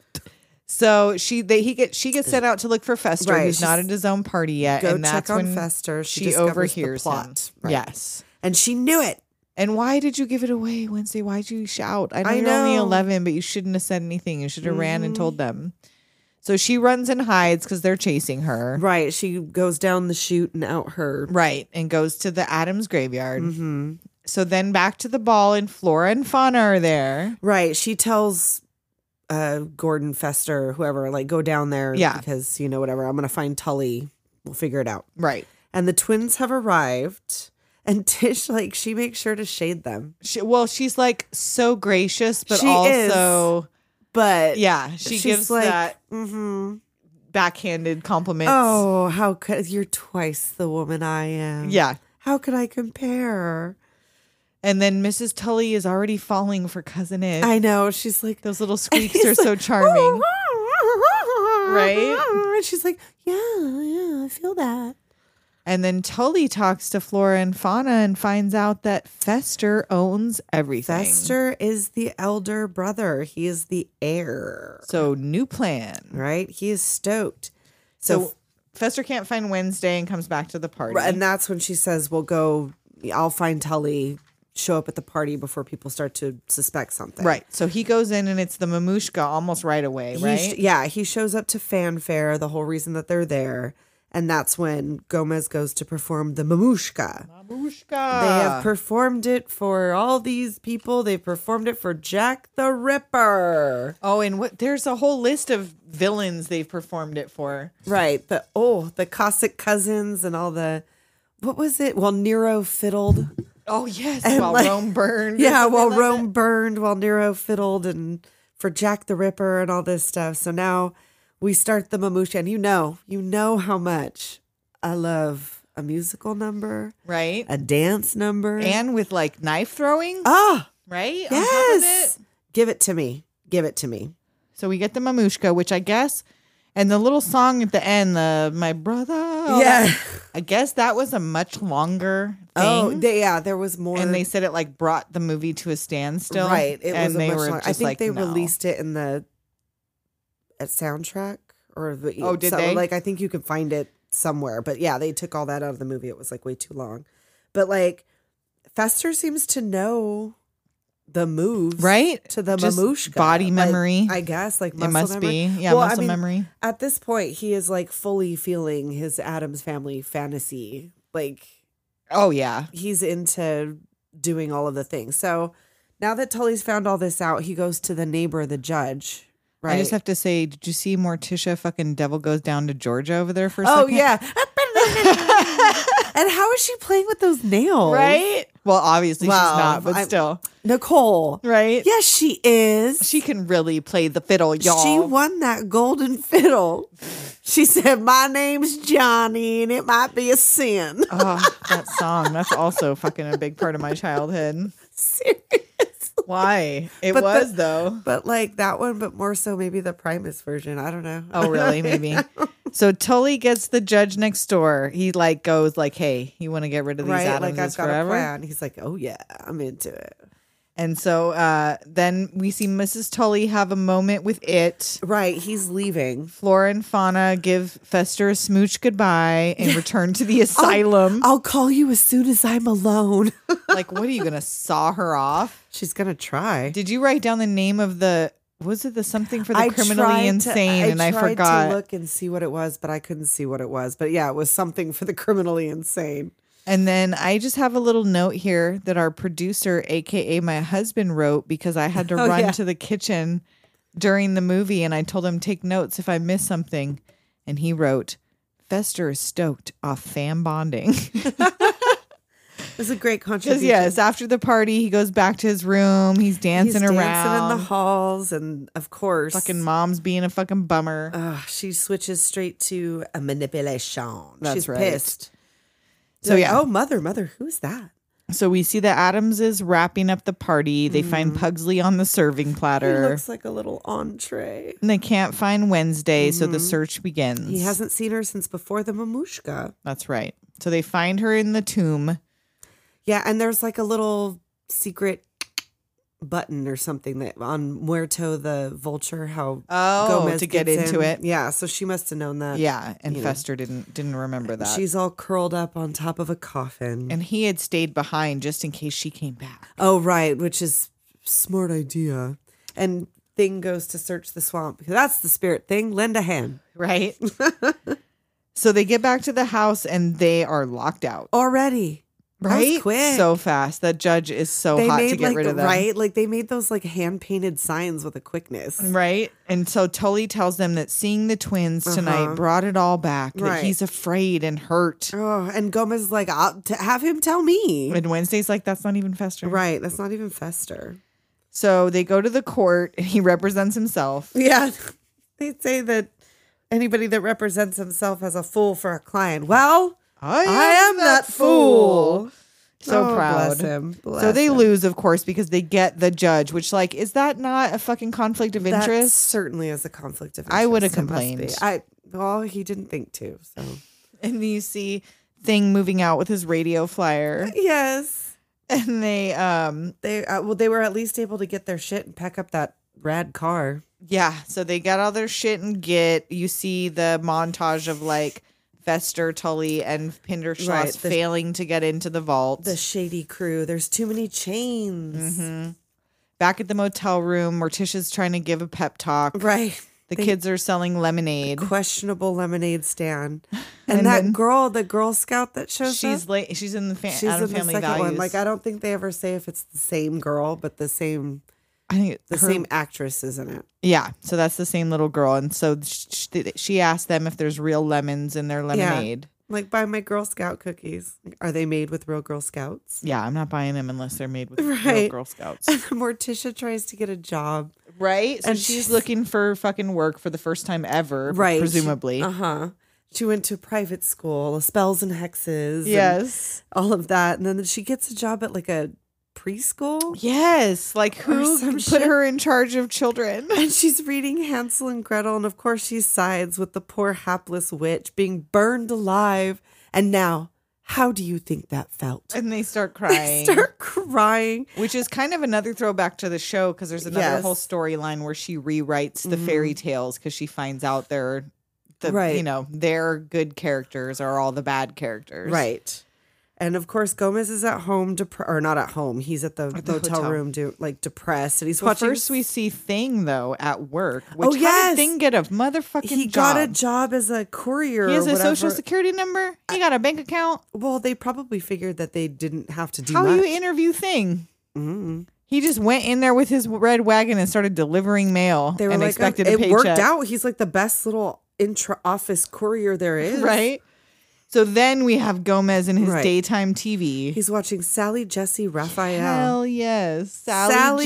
S4: So she they he gets she gets sent out to look for Fester,
S5: Right,
S4: who's not
S5: she's-
S4: at his own party yet,
S5: Go
S4: and
S5: check
S4: that's
S5: on
S4: when
S5: Fester. She,
S4: she,
S5: discovers
S4: overhears
S5: the plot.
S4: him.
S5: Right.
S4: Yes.
S5: and she knew it.
S4: And why did you give it away, Wednesday? Why'd you shout? I know
S5: I
S4: you're only
S5: know. Mm-hmm.
S4: eleven, but you shouldn't have said anything. You should have ran and told them. So she runs and hides because they're chasing her. Right.
S5: Right. She goes down the chute and out her.
S4: and goes to the Adams graveyard.
S5: Mm-hmm.
S4: So then back to the ball, and Flora and Fauna are there.
S5: Right. She tells uh Gordon Fester, whoever, like, go down there.
S4: Yeah.
S5: Because, you know, whatever. I'm gonna find Tully. We'll figure it out.
S4: Right.
S5: And the twins have arrived. And [LAUGHS] Tish, like, she makes sure to shade them.
S4: She, well, she's like so gracious, but
S5: She is.
S4: also
S5: But
S4: yeah, she
S5: she's
S4: gives
S5: like,
S4: that
S5: mm-hmm.
S4: backhanded compliments.
S5: Oh, how could you're twice the woman I am.
S4: yeah.
S5: How could I compare?
S4: And then Mrs. Tully is already falling for cousin Ed.
S5: I know. She's like
S4: Those little
S5: and [LAUGHS]
S4: squeaks
S5: he's
S4: are so
S5: like, "Oh, [LAUGHS]
S4: charming.
S5: right? And she's like, yeah, yeah, I feel that.
S4: And then Tully talks to Flora and Fauna and finds out that Fester owns everything.
S5: Fester is the elder brother. He is the heir,
S4: So new plan.
S5: right? He is stoked. So,
S4: So Fester can't find Wednesday and comes back to the party.
S5: and that's when she says, "We'll go. I'll find Tully. Show up at the party before people start to suspect something."
S4: right. So he goes in and it's the Mamushka almost right away,
S5: He
S4: right?
S5: sh- yeah, he shows up to fanfare. The whole reason that they're there, and that's when Gomez goes to perform the mamushka. They
S4: Ah.
S5: have performed it for all these people. They've performed it for Jack the Ripper.
S4: Oh, and what? There's a whole list of villains they've performed it for.
S5: Right. The oh, the Cossack cousins and all the what was it? Well, Nero fiddled.
S4: Oh yes,
S5: And
S4: while
S5: like-
S4: Rome burned. or
S5: Yeah,
S4: something
S5: while
S4: like
S5: Rome burned, while Nero fiddled and for Jack the Ripper and all this stuff. So now we start the Mamusha and you know, you know how much I love a musical number,
S4: that, right?
S5: a dance number.
S4: And with like knife throwing,
S5: ah,
S4: right? on top of
S5: yes.
S4: it.
S5: Give it to me. Give it to me.
S4: So we get the mamushka, which I guess, and the little song at the end, the my brother. all
S5: Yeah.
S4: Oh, that- I guess that was a much longer thing.
S5: Oh, they, yeah, there was more
S4: and they said it like brought the movie to a standstill.
S5: Right. It
S4: and
S5: was a
S4: they
S5: much
S4: were
S5: longer. I
S4: just
S5: think
S4: like,
S5: they
S4: no.
S5: released it in the at soundtrack or the
S4: Oh, did
S5: so,
S4: they?
S5: Like I think you can find it somewhere. But yeah, they took all that out of the movie. It was like way too long. But like Fester seems to know the moves
S4: Right?
S5: to the
S4: Just
S5: mamushka.
S4: body
S5: Like,
S4: memory.
S5: I guess like muscle
S4: must
S5: memory.
S4: be. Yeah, muscle memory.
S5: At this point, he is like fully feeling his Adams family fantasy. Like
S4: Oh yeah.
S5: he's into doing all of the things. So now that Tully's found all this out, he goes to the neighbor, the judge. Right.
S4: I just have to say, did you see Morticia fucking devil goes down to Georgia over there for a
S5: oh
S4: second? [LAUGHS]
S5: yeah. and how is she playing with those nails?
S4: Right? Well, obviously
S5: Wow.
S4: she's not, but
S5: I'm-
S4: still.
S5: Nicole.
S4: Right?
S5: Yes, she is.
S4: She can really play the fiddle, y'all.
S5: She won that golden fiddle. She said, My name's Johnny, and it might be a sin.
S4: oh, that song. That's also fucking a big part of my
S5: [LAUGHS]
S4: childhood.
S5: Seriously.
S4: Why? It
S5: But the-
S4: was though.
S5: But like that one, but more so maybe the Primus version. I don't know. [LAUGHS]
S4: Oh, really? Maybe. so Tully gets the judge next door. He like goes like, "Hey, you want to get rid of these
S5: right?
S4: atoms
S5: Like I've got
S4: forever?"
S5: a plan. He's like, Oh yeah, I'm into it.
S4: And so uh, then we see Mrs. Tully have a moment with it.
S5: Right. He's leaving.
S4: Flora and Fauna give Fester a smooch goodbye
S5: [LAUGHS]
S4: and return to the
S5: Oh,
S4: asylum.
S5: I'll call you as soon as I'm alone. [LAUGHS]
S4: like, what are you gonna saw her off?
S5: She's gonna try.
S4: Did you write down the name of the? Was it the something for the
S5: I tried
S4: criminally
S5: to-
S4: insane? and I
S5: tried
S4: forgot.
S5: to look and see what it was, but I couldn't see what it was. But yeah, it was something for the criminally insane.
S4: And then I just have a little note here that our producer, aka my husband, wrote because I had to
S5: [LAUGHS] Oh,
S4: run
S5: yeah.
S4: to the kitchen during the movie and I told him take notes if I miss something. And he wrote, Fester is stoked off fan bonding. [LAUGHS]
S5: It was a great
S4: Because
S5: contribution.
S4: yes, after the party, he goes back to his room. He's dancing
S5: He's
S4: around.
S5: dancing in the halls, and of course,
S4: Fucking mom's being a fucking bummer.
S5: Ugh, she switches straight to a manipulation.
S4: That's
S5: She's
S4: right.
S5: pissed.
S4: So, yeah.
S5: oh mother, mother, who's that?
S4: so we see the Adamses wrapping up the party. They find Pugsley on the serving
S5: Mm. He
S4: platter.
S5: looks like a little entree.
S4: and they can't find Wednesday, so the search begins.
S5: Mm-hmm. He hasn't seen her since before the mamushka.
S4: That's right. So they find her in the tomb.
S5: Yeah, and there's like a little secret button or something that on Muerto the vulture. How
S4: Oh,
S5: Gomez
S4: to get
S5: gets
S4: into
S5: in.
S4: it.
S5: Yeah, so she must have known that.
S4: Yeah, and
S5: you know.
S4: Fester didn't didn't remember that.
S5: she's all curled up on top of a coffin.
S4: and he had stayed behind just in case she
S5: [LAUGHS]
S4: came back.
S5: Oh, right, which is smart idea. And Thing goes to search the swamp because that's the spirit thing. Lend a hand.
S4: Right? so they get back to the house and they are locked out.
S5: Already. Oh, That was
S4: right?
S5: quick.
S4: So fast. That judge is so
S5: they
S4: hot
S5: made
S4: to get
S5: like
S4: rid of them.
S5: right, like they made those like hand painted signs with a quickness.
S4: Right? And so Tully tells them that seeing the twins tonight brought it all back.
S5: Uh-huh. Right.
S4: That he's afraid and hurt.
S5: Oh, and Gomez is like, I'll t- have him tell me.
S4: And Wednesday's like, that's not even Fester.
S5: Right, that's not even Fester.
S4: So they go to the court and he represents himself.
S5: Yeah, [LAUGHS] they say that anybody that represents himself as a fool for a client. Well,
S4: I
S5: am that fool.
S4: So
S5: Oh,
S4: proud.
S5: Bless him.
S4: so
S5: bless
S4: they
S5: him.
S4: lose, of course, because they get the judge, which, like, is that not a fucking conflict of
S5: That [LAUGHS]
S4: interest?
S5: certainly is a conflict of interest.
S4: I would have
S5: It must be.
S4: complained.
S5: I well, he didn't think to. So
S4: And you see Thing moving out with his radio flyer,
S5: yes,
S4: [LAUGHS] and they, um,
S5: they uh, well, they were at least able to get their shit and pack up that rad car.
S4: yeah, so they got all their shit and get. You see the montage of like Fester, Tully, and Pinderschloss
S5: Right, the-
S4: failing to get into the vault.
S5: The shady crew. There's too many chains.
S4: Mm-hmm. Back at the motel room, Morticia's trying to give a pep talk.
S5: Right.
S4: The kids are selling lemonade.
S5: Questionable lemonade
S4: [LAUGHS]
S5: stand. And, that girl, the Girl Scout that shows
S4: She's
S5: up.
S4: late. She's in the fa-
S5: She's
S4: Adam
S5: in the
S4: Family
S5: second
S4: Values.
S5: one. Like I don't think they ever say if it's the same girl, but the same
S4: I think it's
S5: the same actress, isn't it?
S4: Yeah, so that's the same little girl, and so sh- sh- she asked them if there's real lemons in their lemonade.
S5: Like buy my Girl Scout cookies. Are they made with real Girl Scouts? [LAUGHS]
S4: Yeah, I'm not buying them unless they're made with real
S5: Right.
S4: Girl Scouts,
S5: [LAUGHS] Morticia tries to get a job.
S4: right? So
S5: And
S4: she's
S5: she's-
S4: looking for fucking work for the first time ever, Presumably,
S5: Uh huh. She went to private school, spells and hexes. and
S4: yes,
S5: all of that. And then she gets a job at like a preschool.
S4: yes. Like
S5: Or
S4: who
S5: some
S4: put
S5: shit.
S4: her in charge of children? [LAUGHS]
S5: And she's reading Hansel and Gretel. And of course, she sides with the poor, hapless witch being burned alive. And now, how do you think that felt?
S4: And they start
S5: They
S4: crying.
S5: start [LAUGHS] crying.
S4: Which is kind of another throwback to the show because there's another
S5: Yes. Mm-hmm.
S4: whole storyline where she rewrites the fairy tales because she finds out they're the
S5: Right.
S4: you know their good characters are all the bad characters.
S5: Right. And of course, Gomez is at home, dep- or not at home. He's at the
S4: the
S5: hotel,
S4: hotel.
S5: room, do- like depressed, and he's
S4: Well,
S5: watching.
S4: first we see Thing though at work. Which
S5: Oh,
S4: how did
S5: yes.
S4: Thing get a motherfucking
S5: he
S4: job?
S5: got a job as a courier.
S4: He has
S5: or
S4: a social
S5: whatever.
S4: security number. He got a bank account.
S5: Well, they probably figured that they didn't have to do
S4: How
S5: much. Mm-hmm.
S4: you interview Thing? He just went in there with his red wagon and started delivering mail.
S5: they were
S4: and
S5: like, "Oh,
S4: expected a
S5: it worked
S4: paycheck."
S5: out. He's like the best little intra office courier
S4: [LAUGHS]
S5: there is,
S4: right? So then we have Gomez in his
S5: Right.
S4: daytime TV.
S5: He's watching Sally, Jesse, Raphael,
S4: Hell yes, Sally,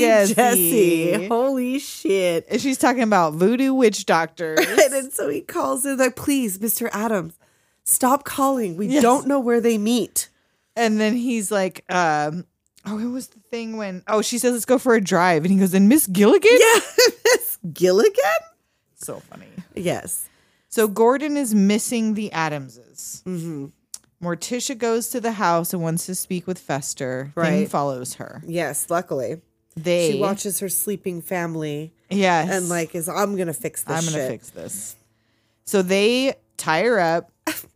S5: [LAUGHS]
S4: Jesse.
S5: Holy shit!
S4: And she's talking about voodoo witch
S5: [LAUGHS]
S4: doctors.
S5: And then so he calls in like, "Please, Mr. Adams, stop calling. We don't know where they meet."
S4: and then he's like, um, oh, it was the thing when oh she says let's go for a drive, and he goes, and Miss Gilligan?
S5: Yeah, Miss Gilligan.
S4: So funny.
S5: Yes.
S4: So Gordon is missing the Adamses. Mm-hmm. Morticia goes to the house and wants to speak with Fester. Thing
S5: Right.
S4: follows her.
S5: Yes. Luckily,
S4: They
S5: she watches her sleeping family
S4: Yes,
S5: and like is, "I'm gonna fix this.
S4: I'm gonna
S5: shit."
S4: fix this. So they tie her
S5: [LAUGHS]
S4: up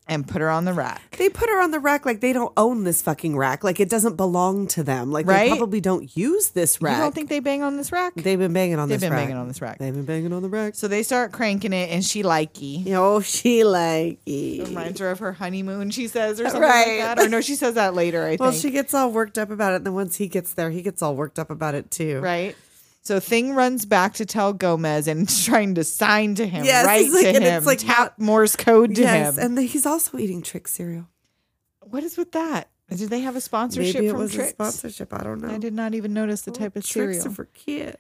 S4: and put her on the rack.
S5: They put her on the rack like they don't own this fucking rack. Like it doesn't belong to them. Like
S4: Right?
S5: they probably don't use this rack.
S4: You don't think they bang on this rack?
S5: they've been banging on
S4: They've
S5: this
S4: been
S5: rack.
S4: banging on this rack.
S5: They've been banging on the rack.
S4: so they start cranking it, and she likey.
S5: Yo, [LAUGHS] she like.
S4: Reminds her of her honeymoon, she
S5: [LAUGHS]
S4: says, or something
S5: Right.
S4: like that. Or no, she says that later, I
S5: Well,
S4: think.
S5: she gets all worked up about it. And then once he gets there, he gets all worked up about it too.
S4: right? So Thing runs back to tell Gomez and [LAUGHS] is trying to sign to him,
S5: Yes,
S4: write
S5: it's like-
S4: to
S5: and
S4: him,
S5: it's like
S4: tap Morse code to
S5: Yes.
S4: him.
S5: And then he's also eating Trick cereal.
S4: what is with that? Did they have a sponsorship
S5: Maybe it
S4: from
S5: was
S4: Trix?
S5: a sponsorship. I don't know.
S4: I did not even notice the type of
S5: Tricks are
S4: cereal.
S5: for kids.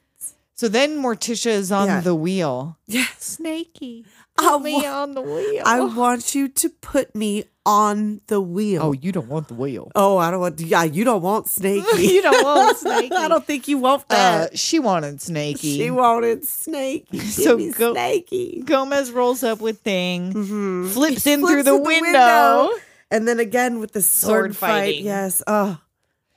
S4: So then Morticia is on
S5: Yeah.
S4: the wheel.
S5: Yes.
S4: Snakey,
S5: I
S4: put me
S5: want-
S4: on the wheel.
S5: I want you to put me on the wheel.
S4: oh, you don't want the wheel.
S5: Oh, I don't want. Yeah, you don't
S4: [LAUGHS]
S5: want Snakey.
S4: you don't
S5: [LAUGHS]
S4: want Snakey.
S5: I don't think you want
S4: Uh,
S5: that.
S4: she wanted Snakey.
S5: she wanted
S4: [LAUGHS]
S5: Snakey.
S4: So
S5: so me
S4: go-
S5: Snakey.
S4: Gomez rolls up with Thing,
S5: Mhm.
S4: Mm-hmm. flips in
S5: Flips
S4: through the, window.
S5: and then again with the sword,
S4: Sword
S5: fight.
S4: fighting.
S5: Yes. Oh,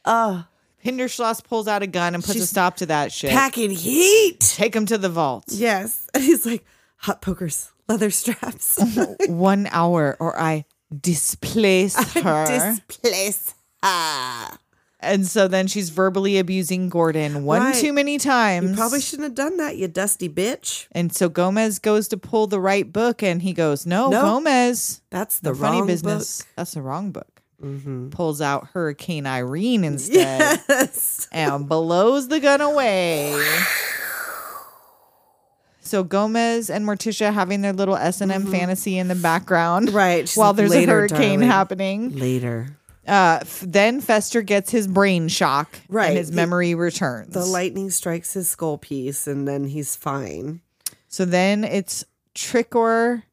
S5: oh,
S4: Hinderschloss pulls out a gun and puts a
S5: She's
S4: stop to that shit.
S5: packing heat.
S4: Take him to the vault.
S5: Yes, [LAUGHS] and he's like hot pokers, leather
S4: [LAUGHS]
S5: straps.
S4: [LAUGHS] One hour or I displace
S5: [LAUGHS]
S4: her.
S5: Displace. Ah,
S4: and so then she's verbally abusing Gordon one
S5: Right.
S4: too many times.
S5: you probably shouldn't have done that, you dusty bitch.
S4: and so Gomez goes to pull the right book and he goes, No,
S5: No.
S4: Gomez.
S5: That's the,
S4: The funny
S5: wrong
S4: business. That's the wrong book. Mm-hmm. Pulls out Hurricane Irene
S5: book.
S4: instead
S5: [LAUGHS] Yes.
S4: and blows the gun away. So Gomez and Morticia having their little S and M fantasy in the background,
S5: Mm-hmm. Right, she's
S4: while
S5: like,
S4: there's
S5: "Later,
S4: a hurricane
S5: darling."
S4: happening,
S5: Later.
S4: uh, f- then Fester gets his brain shock,
S5: Right.
S4: And his
S5: The-
S4: memory returns.
S5: The lightning strikes his skull piece and then he's fine.
S4: so then it's trick or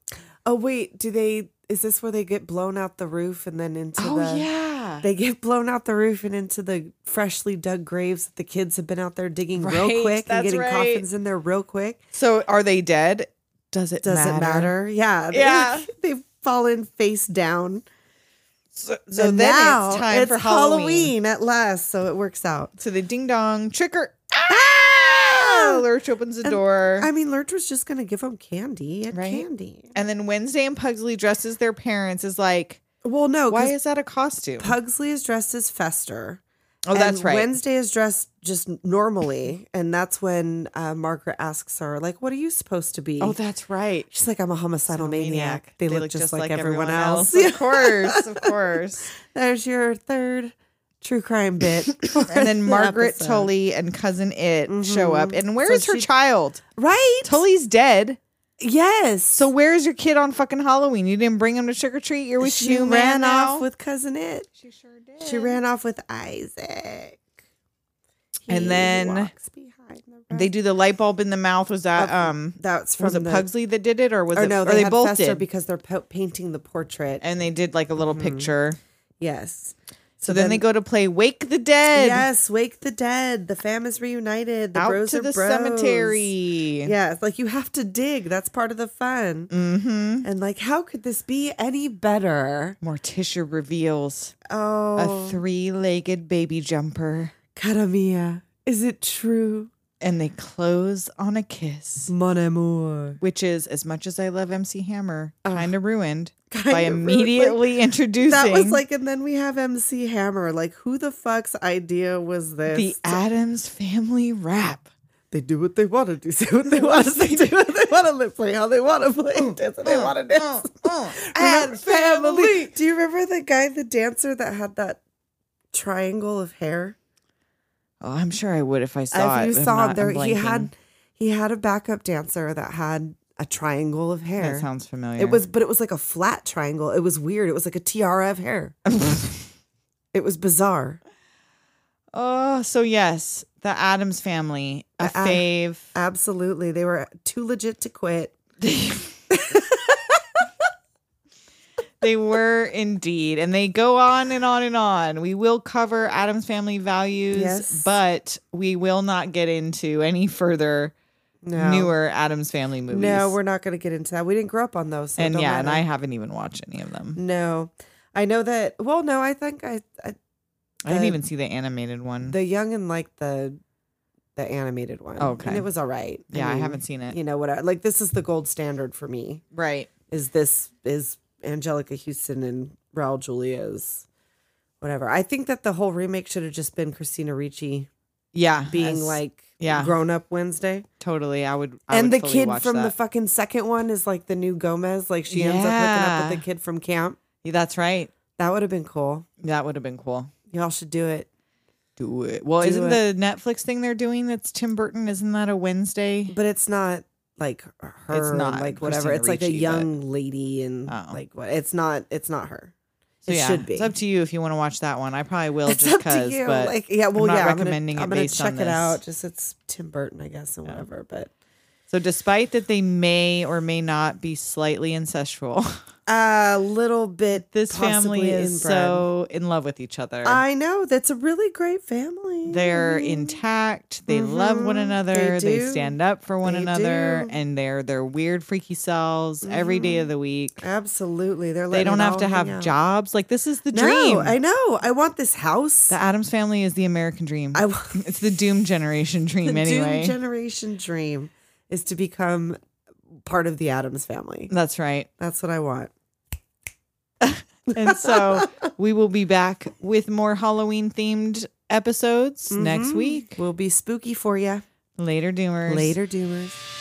S5: Oh wait, do they is this where they get blown out the roof and then into the
S4: Oh, yeah,
S5: They get blown out the roof and into the freshly dug graves that the kids have been out there digging
S4: Right,
S5: real quick
S4: that's
S5: and getting
S4: right.
S5: coffins in there real quick.
S4: So are they dead? Does it
S5: Doesn't matter. Yeah. [LAUGHS] they-
S4: Yeah.
S5: They've fallen face down.
S4: So, so
S5: So
S4: then
S5: now
S4: it's time for Halloween.
S5: Halloween at last, so it works out.
S4: So the ding dong trick or
S5: Ah!
S4: Lurch opens the
S5: And-
S4: door.
S5: I mean, Lurch was just gonna give them candy and
S4: Right?
S5: candy.
S4: And then Wednesday and Pugsley dresses their parents is like,
S5: Well, no,
S4: why
S5: because
S4: is that a costume?
S5: Pugsley is dressed as Fester.
S4: oh, that's
S5: and
S4: right.
S5: Wednesday is dressed just normally, and that's when uh, Margaret asks her, like, "What are you supposed to be?"
S4: oh, that's right.
S5: She's like, "I'm a homicidal maniac. They, look, just, like, everyone, else."
S4: Of
S5: [LAUGHS]
S4: course, of course.
S5: There's your third true
S4: [LAUGHS]
S5: crime bit.
S4: And then Margaret
S5: Episode. Mm-hmm.
S4: Tully and cousin It show up. And where is
S5: So
S4: her
S5: she-
S4: child?
S5: right?
S4: Tully's dead.
S5: Yes.
S4: So where is your kid on fucking Halloween? You didn't bring him to trick or treat. You're with
S5: she
S4: you,
S5: ran
S4: man. now?
S5: off with cousin It. She sure did. She
S4: Mm.
S5: ran off with Isaac.
S4: And then
S5: walks behind the
S4: they
S5: rest.
S4: do the light bulb in the mouth. Was that um?
S5: That's from
S4: Was it
S5: the,
S4: Pugsley that did it, or was
S5: Or
S4: it?
S5: no,
S4: or
S5: they,
S4: they,
S5: had
S4: both
S5: Fester Mm-hmm.
S4: did.
S5: because they're po- painting the portrait.
S4: and they did like a little picture.
S5: Yes.
S4: So then, they go to play Wake the Dead.
S5: Yes, wake the dead. The fam is reunited. The
S4: out
S5: bros
S4: to
S5: are
S4: the
S5: bros.
S4: cemetery.
S5: Yes, like you have to dig. That's part of the fun.
S4: Mm-hmm.
S5: And like, how could this be any better?
S4: Morticia reveals
S5: Oh,
S4: a three-legged baby jumper.
S5: Karamia, is it true?
S4: and they close on a kiss,
S5: Mon amour.
S4: which is as much as I love MC Hammer,
S5: Ugh.
S4: kind of ruined
S5: [LAUGHS] Kinda
S4: by
S5: rude,
S4: immediately introducing
S5: Like, that was like, and then we have MC Hammer. Like, who the fuck's idea was this?
S4: the Adams Family rap.
S5: they do what they want to do, [LAUGHS] say what they want to say, Mm, do what they want to live, play how they want to play, dance how they want to
S4: Oh,
S5: dance. [LAUGHS] Remember-
S4: Add family.
S5: Do you remember the guy, the dancer that had that triangle of hair?
S4: Oh, I'm sure I would if I saw
S5: if
S4: it.
S5: you
S4: I'm
S5: saw
S4: not-
S5: there,
S4: I'm
S5: he had
S4: blanking.
S5: he had a backup dancer that had a triangle of hair.
S4: That sounds familiar.
S5: It was, but it was like a flat triangle. It was weird. It was like a tiara of [LAUGHS] hair. it was bizarre.
S4: Oh, so yes, the Adams Family, a
S5: The Ad-
S4: fave. [LAUGHS]
S5: Absolutely, they were too legit to quit.
S4: They were indeed. And they go on and on and on. We will cover Adam's family values,
S5: Yes.
S4: but we will not get into any further
S5: No,
S4: newer Adam's family movies.
S5: No, we're not going to get into that. We didn't grow up on those. So it
S4: and
S5: don't
S4: yeah, and I
S5: matter.
S4: haven't even watched any of them.
S5: no, I know that. Well, no, I think I, I
S4: I didn't
S5: The-
S4: even see the animated one.
S5: the young and like the the animated one.
S4: Oh, Okay.
S5: and it was all right.
S4: yeah, I
S5: mean,
S4: haven't seen it.
S5: You know what? I, like this is the gold standard for me.
S4: Right.
S5: is this is Angelica Houston and Raul Julia's whatever. I think that the whole remake should have just been Christina Ricci
S4: Yeah.
S5: being
S4: as-
S5: like
S4: yeah.
S5: grown up Wednesday.
S4: totally. I would. I
S5: and
S4: would
S5: the
S4: fully
S5: kid
S4: watch
S5: from the
S4: that.
S5: fucking second one is like the new Gomez. Like she ends up hooking up
S4: Yeah.
S5: with the kid from camp.
S4: Yeah, That's right.
S5: That would have been cool.
S4: That would have been cool.
S5: Y'all should do it.
S4: Do it. Well,
S5: Do
S4: isn't
S5: it.
S4: the Netflix thing they're doing that's Tim Burton? Isn't that a Wednesday?
S5: But it's not like her
S4: It's
S5: and,
S4: not
S5: like whatever.
S4: Christina
S5: it's like a
S4: Ricci, but-
S5: young lady and
S4: Oh.
S5: like what it's not it's not her.
S4: So
S5: it
S4: yeah,
S5: should be.
S4: It's up to you if you want to watch that one. I probably will
S5: [LAUGHS] it's
S4: just
S5: up to
S4: because.
S5: you.
S4: But
S5: like, yeah, well,
S4: I'm not
S5: yeah,
S4: recommending it
S5: I'm gonna, I'm gonna
S4: based on
S5: check it
S4: this.
S5: out. Just it's Tim Burton, I guess, and whatever. But
S4: so, despite that they may or may not be slightly incestual, [LAUGHS]
S5: a uh, little bit.
S4: this family
S5: possibly
S4: is
S5: inbred.
S4: so in love with each other.
S5: I know that's a really great family.
S4: they're intact. They love one
S5: Mhm.
S4: another. They,
S5: They do.
S4: stand up for one
S5: They
S4: another,
S5: do.
S4: and they're their weird freaky selves every day of the week.
S5: absolutely. They're
S4: They
S5: Mm-hmm. letting
S4: don't
S5: it
S4: have
S5: all
S4: to
S5: hang
S4: have
S5: out.
S4: jobs. Like this is the
S5: No,
S4: dream.
S5: I know. I want this house.
S4: the Adams family is the American [LAUGHS] dream.
S5: I want
S4: it's the Doom generation dream,
S5: the
S4: anyway.
S5: Doom generation dream is to become part of the Adams family.
S4: That's right.
S5: That's what I want. [LAUGHS]
S4: And so we will be back with more Halloween themed episodes next week.
S5: Mm-hmm. We'll be spooky for you
S4: Later, Doomers.
S5: later, doomers.